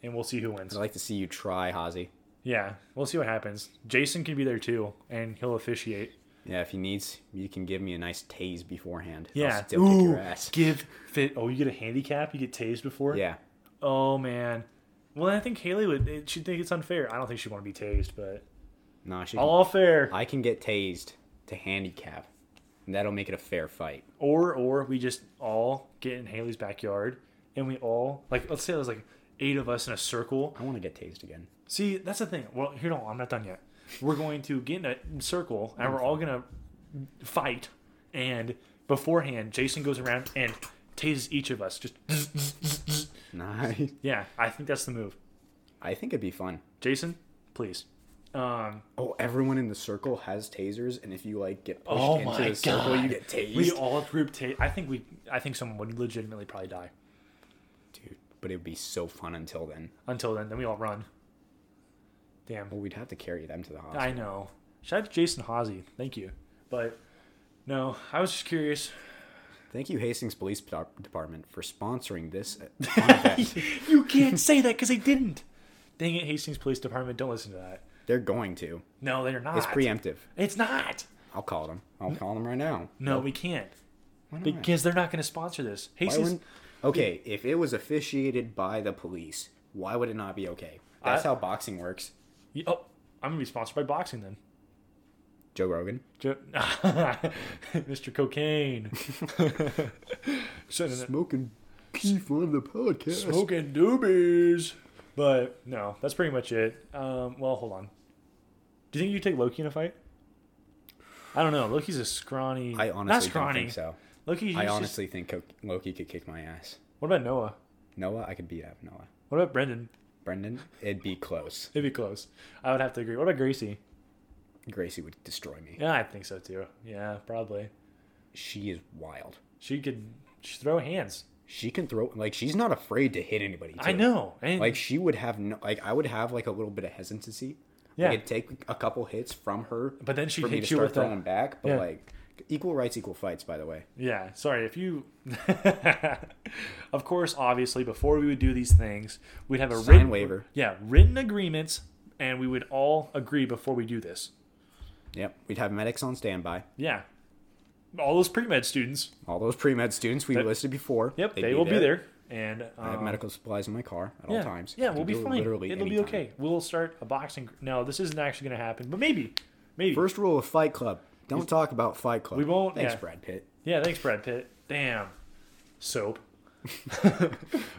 Speaker 1: and we'll see who wins.
Speaker 2: I'd like to see you try, Hazy.
Speaker 1: Yeah, we'll see what happens. Jason can be there too, and he'll officiate.
Speaker 2: Yeah, if he needs, you can give me a nice tase beforehand.
Speaker 1: Yeah.
Speaker 2: I'll still kick
Speaker 1: Ooh,
Speaker 2: your ass.
Speaker 1: Give fit. Oh, you get a handicap. You get tased before.
Speaker 2: Yeah,
Speaker 1: Oh man. Well, I think Haley would. She'd think it's unfair. I don't think she'd want to be tased, but
Speaker 2: no, she. Can,
Speaker 1: all fair.
Speaker 2: I can get tased to handicap, and that'll make it a fair fight.
Speaker 1: or or we just all get in Haley's backyard and we all like let's say there's like eight of us in a circle.
Speaker 2: I want to get tased again.
Speaker 1: See, that's the thing. Well, here no, I'm not done yet. We're going to get in a circle and we're all gonna fight. And beforehand, Jason goes around and tases each of us. Just
Speaker 2: Nice.
Speaker 1: yeah, I think that's the move.
Speaker 2: I think it'd be fun.
Speaker 1: Jason, please. Um,
Speaker 2: Oh, everyone in the circle has tasers, and if you like get pushed
Speaker 1: Oh
Speaker 2: into
Speaker 1: my
Speaker 2: the circle, you
Speaker 1: God.
Speaker 2: get tased.
Speaker 1: we all group tase. I think we. I think someone would legitimately probably die.
Speaker 2: Dude, but it would be so fun until then.
Speaker 1: Until then, then we all run. Damn.
Speaker 2: Well, we'd have to carry them to the hospital.
Speaker 1: I know. Shout out to Jason Hawsey. Thank you. But no, I was just curious.
Speaker 2: Thank you, Hastings Police Dep- Department, for sponsoring this. uh, fun event.
Speaker 1: You can't say that because they didn't. Dang it, Hastings Police Department. Don't listen to that.
Speaker 2: They're going to.
Speaker 1: No, they're not.
Speaker 2: It's preemptive.
Speaker 1: It's not.
Speaker 2: I'll call him. I'll call him right now.
Speaker 1: No, we can't
Speaker 2: Why not?
Speaker 1: because they're not going to sponsor this.
Speaker 2: Why
Speaker 1: Hasties,
Speaker 2: wouldn't- okay, if it was officiated by the police, why would it not be okay? That's
Speaker 1: I-
Speaker 2: how boxing works.
Speaker 1: Y- oh, I'm gonna be sponsored by boxing then.
Speaker 2: Joe Rogan.
Speaker 1: Jo- Mr. Cocaine, Sending it-
Speaker 3: Smoking Keef on the podcast.
Speaker 1: smoking doobies. But no, that's pretty much it. Um, well, hold on. Do you think you take Loki in a fight? I don't know. Loki's a scrawny.
Speaker 2: I
Speaker 1: not
Speaker 2: honestly don't
Speaker 1: scrawny.
Speaker 2: think so.
Speaker 1: Loki.
Speaker 2: I honestly think Co- Loki could kick my ass.
Speaker 1: What about Noah?
Speaker 2: Noah, I could beat up Noah.
Speaker 1: What about Brendan?
Speaker 2: Brendan, it'd be close.
Speaker 1: It'd be close. I would have to agree. What about Gracie?
Speaker 2: Gracie would destroy me.
Speaker 1: Yeah, I think so too. Yeah, probably.
Speaker 2: She is wild.
Speaker 1: She could she throw hands.
Speaker 2: She can throw like she's not afraid to hit anybody.
Speaker 1: I
Speaker 2: too.
Speaker 1: know. And
Speaker 2: Like she would have no like I would have like a little bit of hesitancy.
Speaker 1: Yeah.
Speaker 2: I could take a couple hits from her.
Speaker 1: But then she'd
Speaker 2: for me
Speaker 1: hit
Speaker 2: to
Speaker 1: you
Speaker 2: start
Speaker 1: with a-
Speaker 2: throwing back. But
Speaker 1: Yeah.
Speaker 2: like equal rights, equal fights. By the way,
Speaker 1: Yeah, sorry. If you, of course, obviously, before we would do these things, we'd have a
Speaker 2: Sign
Speaker 1: written
Speaker 2: waiver.
Speaker 1: Yeah, written agreements, and we would all agree before we do this.
Speaker 2: yep. We'd have medics on standby.
Speaker 1: Yeah, all those pre med students.
Speaker 2: All those pre med students we
Speaker 1: That-
Speaker 2: listed before.
Speaker 1: Yep,
Speaker 2: they'd
Speaker 1: they will be there. And
Speaker 2: I have
Speaker 1: um,
Speaker 2: medical supplies in my car at
Speaker 1: yeah,
Speaker 2: all times. I
Speaker 1: Yeah,
Speaker 2: can
Speaker 1: we'll be
Speaker 2: do it
Speaker 1: fine. It'll
Speaker 2: literally
Speaker 1: be
Speaker 2: anytime.
Speaker 1: okay. We'll start a boxing. gr- No, this isn't actually going to happen, but maybe, maybe.
Speaker 2: First rule of Fight Club: Don't talk about Fight Club.
Speaker 1: We won't-
Speaker 2: Thanks,
Speaker 1: yeah.
Speaker 2: Brad Pitt.
Speaker 1: yeah, thanks, Brad Pitt. Damn, soap.
Speaker 3: Don't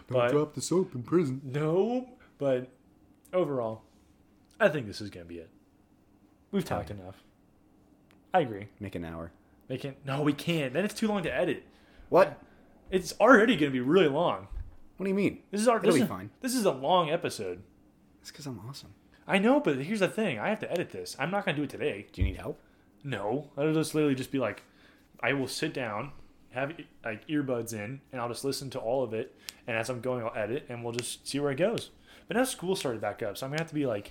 Speaker 1: but
Speaker 3: drop the soap in prison.
Speaker 1: No, but overall, I think this is gonna be it. We've talked enough. I agree.
Speaker 2: Make an hour.
Speaker 1: They can No, we can't. Then it's too long to edit.
Speaker 2: What?
Speaker 1: It's already gonna be really long.
Speaker 2: What do you mean?
Speaker 1: This is our.
Speaker 2: It'll
Speaker 1: This
Speaker 2: be
Speaker 1: is,
Speaker 2: fine.
Speaker 1: This is a long episode.
Speaker 2: It's because I'm awesome.
Speaker 1: I know, but here's the thing. I have to edit this. I'm not gonna do it today.
Speaker 2: Do you need help?
Speaker 1: No, I'll just literally just be like, I will sit down, have like earbuds in, and I'll just listen to all of it. And as I'm going, I'll edit, and we'll just see where it goes. But now school started back up, so I'm gonna have to be like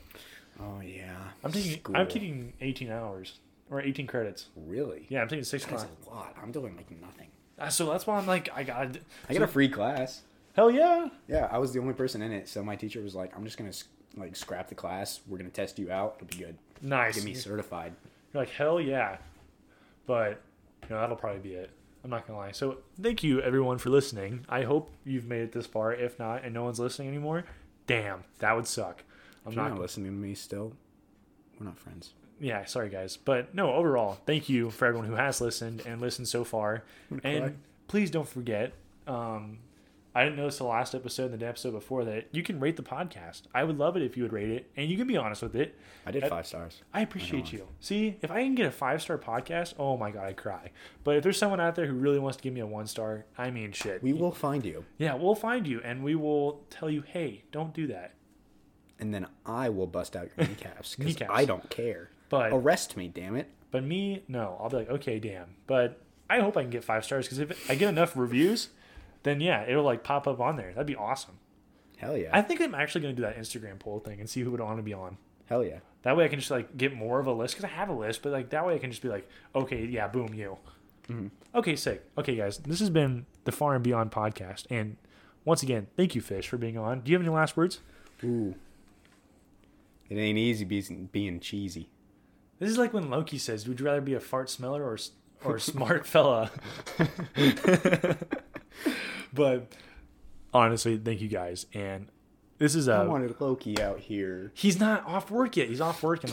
Speaker 2: Oh yeah.
Speaker 1: I'm taking
Speaker 2: School.
Speaker 1: I'm taking 18 hours or 18 credits.
Speaker 2: Really?
Speaker 1: Yeah, I'm taking six
Speaker 2: That's
Speaker 1: class.
Speaker 2: a lot. I'm doing like nothing.
Speaker 1: Uh, So that's why I'm like, I got.
Speaker 2: I got a free class.
Speaker 1: Hell yeah!
Speaker 2: Yeah, I was the only person in it, so my teacher was like, "I'm just gonna like scrap the class. We're gonna test you out. It'll be good.
Speaker 1: Nice.
Speaker 2: Get me certified."
Speaker 1: You're like hell yeah, but you know that'll probably be it. I'm not gonna lie. So thank you everyone for listening. I hope you've made it this far. If not, and no one's listening anymore, damn, that would suck. I'm
Speaker 2: You're
Speaker 1: not.
Speaker 2: not
Speaker 1: gonna-
Speaker 2: listening to me still. We're not friends.
Speaker 1: Yeah, sorry guys, but no. Overall, thank you for everyone who has listened and listened so far. And
Speaker 3: cry.
Speaker 1: please don't forget. Um, I didn't notice the last episode and the day episode before that you can rate the podcast. I would love it if you would rate it, and you can be honest with it.
Speaker 2: I did
Speaker 1: Uh,
Speaker 2: five stars.
Speaker 1: I appreciate you. See, if I can get a five star podcast, oh my god, I cry. But if there's someone out there who really wants to give me a one star, I mean, shit.
Speaker 2: We will find you,
Speaker 1: yeah, we'll find you and we will tell you, hey, don't do that.
Speaker 2: and then I will bust out your kneecaps because
Speaker 1: Kneecaps.
Speaker 2: I don't care.
Speaker 1: But-
Speaker 2: arrest me, damn it.
Speaker 1: But me, no. I'll be like, okay, damn. But I hope I can get five stars because if I get enough reviews, then yeah, it'll like pop up on there. That'd be awesome.
Speaker 2: Hell yeah.
Speaker 1: I think I'm actually gonna do that Instagram poll thing and see who would want to be on.
Speaker 2: Hell yeah.
Speaker 1: That way I can just like get more of a list because I have a list, but like that way I can just be like, okay, yeah, boom, you.
Speaker 2: Mm-hmm.
Speaker 1: Okay, sick. Okay, guys, this has been the Far and Beyond podcast, and once again, thank you, Fish, for being on. Do you have any last words?
Speaker 2: Ooh. It ain't easy being, being cheesy.
Speaker 1: This is like when Loki says, "Would you rather be a fart smeller or s- or a smart fella?" but honestly, thank you guys, and this is
Speaker 2: I
Speaker 1: a.
Speaker 2: wanted Loki out here.
Speaker 1: He's not off work yet. He's off working.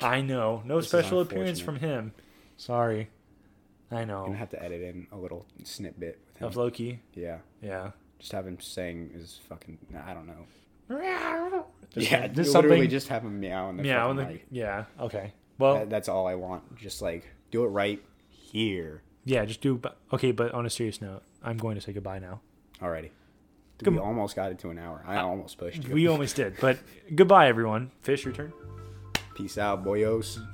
Speaker 1: I know. No
Speaker 2: is
Speaker 1: special appearance from
Speaker 2: unfortunate.
Speaker 1: him. Sorry. I know.
Speaker 2: I'm gonna have to edit in a little snippet with him.
Speaker 1: of Loki.
Speaker 2: yeah.
Speaker 1: Yeah.
Speaker 2: Just have him saying his fucking. I don't know.
Speaker 1: Just
Speaker 2: yeah,
Speaker 1: like-
Speaker 2: just
Speaker 1: just
Speaker 2: literally
Speaker 1: something.
Speaker 2: just have him meow in the
Speaker 1: yeah, when
Speaker 2: fucking
Speaker 1: the, Oh.
Speaker 2: mic.
Speaker 1: yeah. Okay. Well,
Speaker 2: That- that's all I want. Just like do it right here.
Speaker 1: yeah. Just do. bu- Okay, but on a serious note, I'm going to say goodbye now.
Speaker 2: Alrighty. Dude,
Speaker 1: Come-
Speaker 2: we almost got it to an hour. I almost pushed you.
Speaker 1: We almost did, but goodbye, everyone. Fish, your turn.
Speaker 2: Peace out, boyos.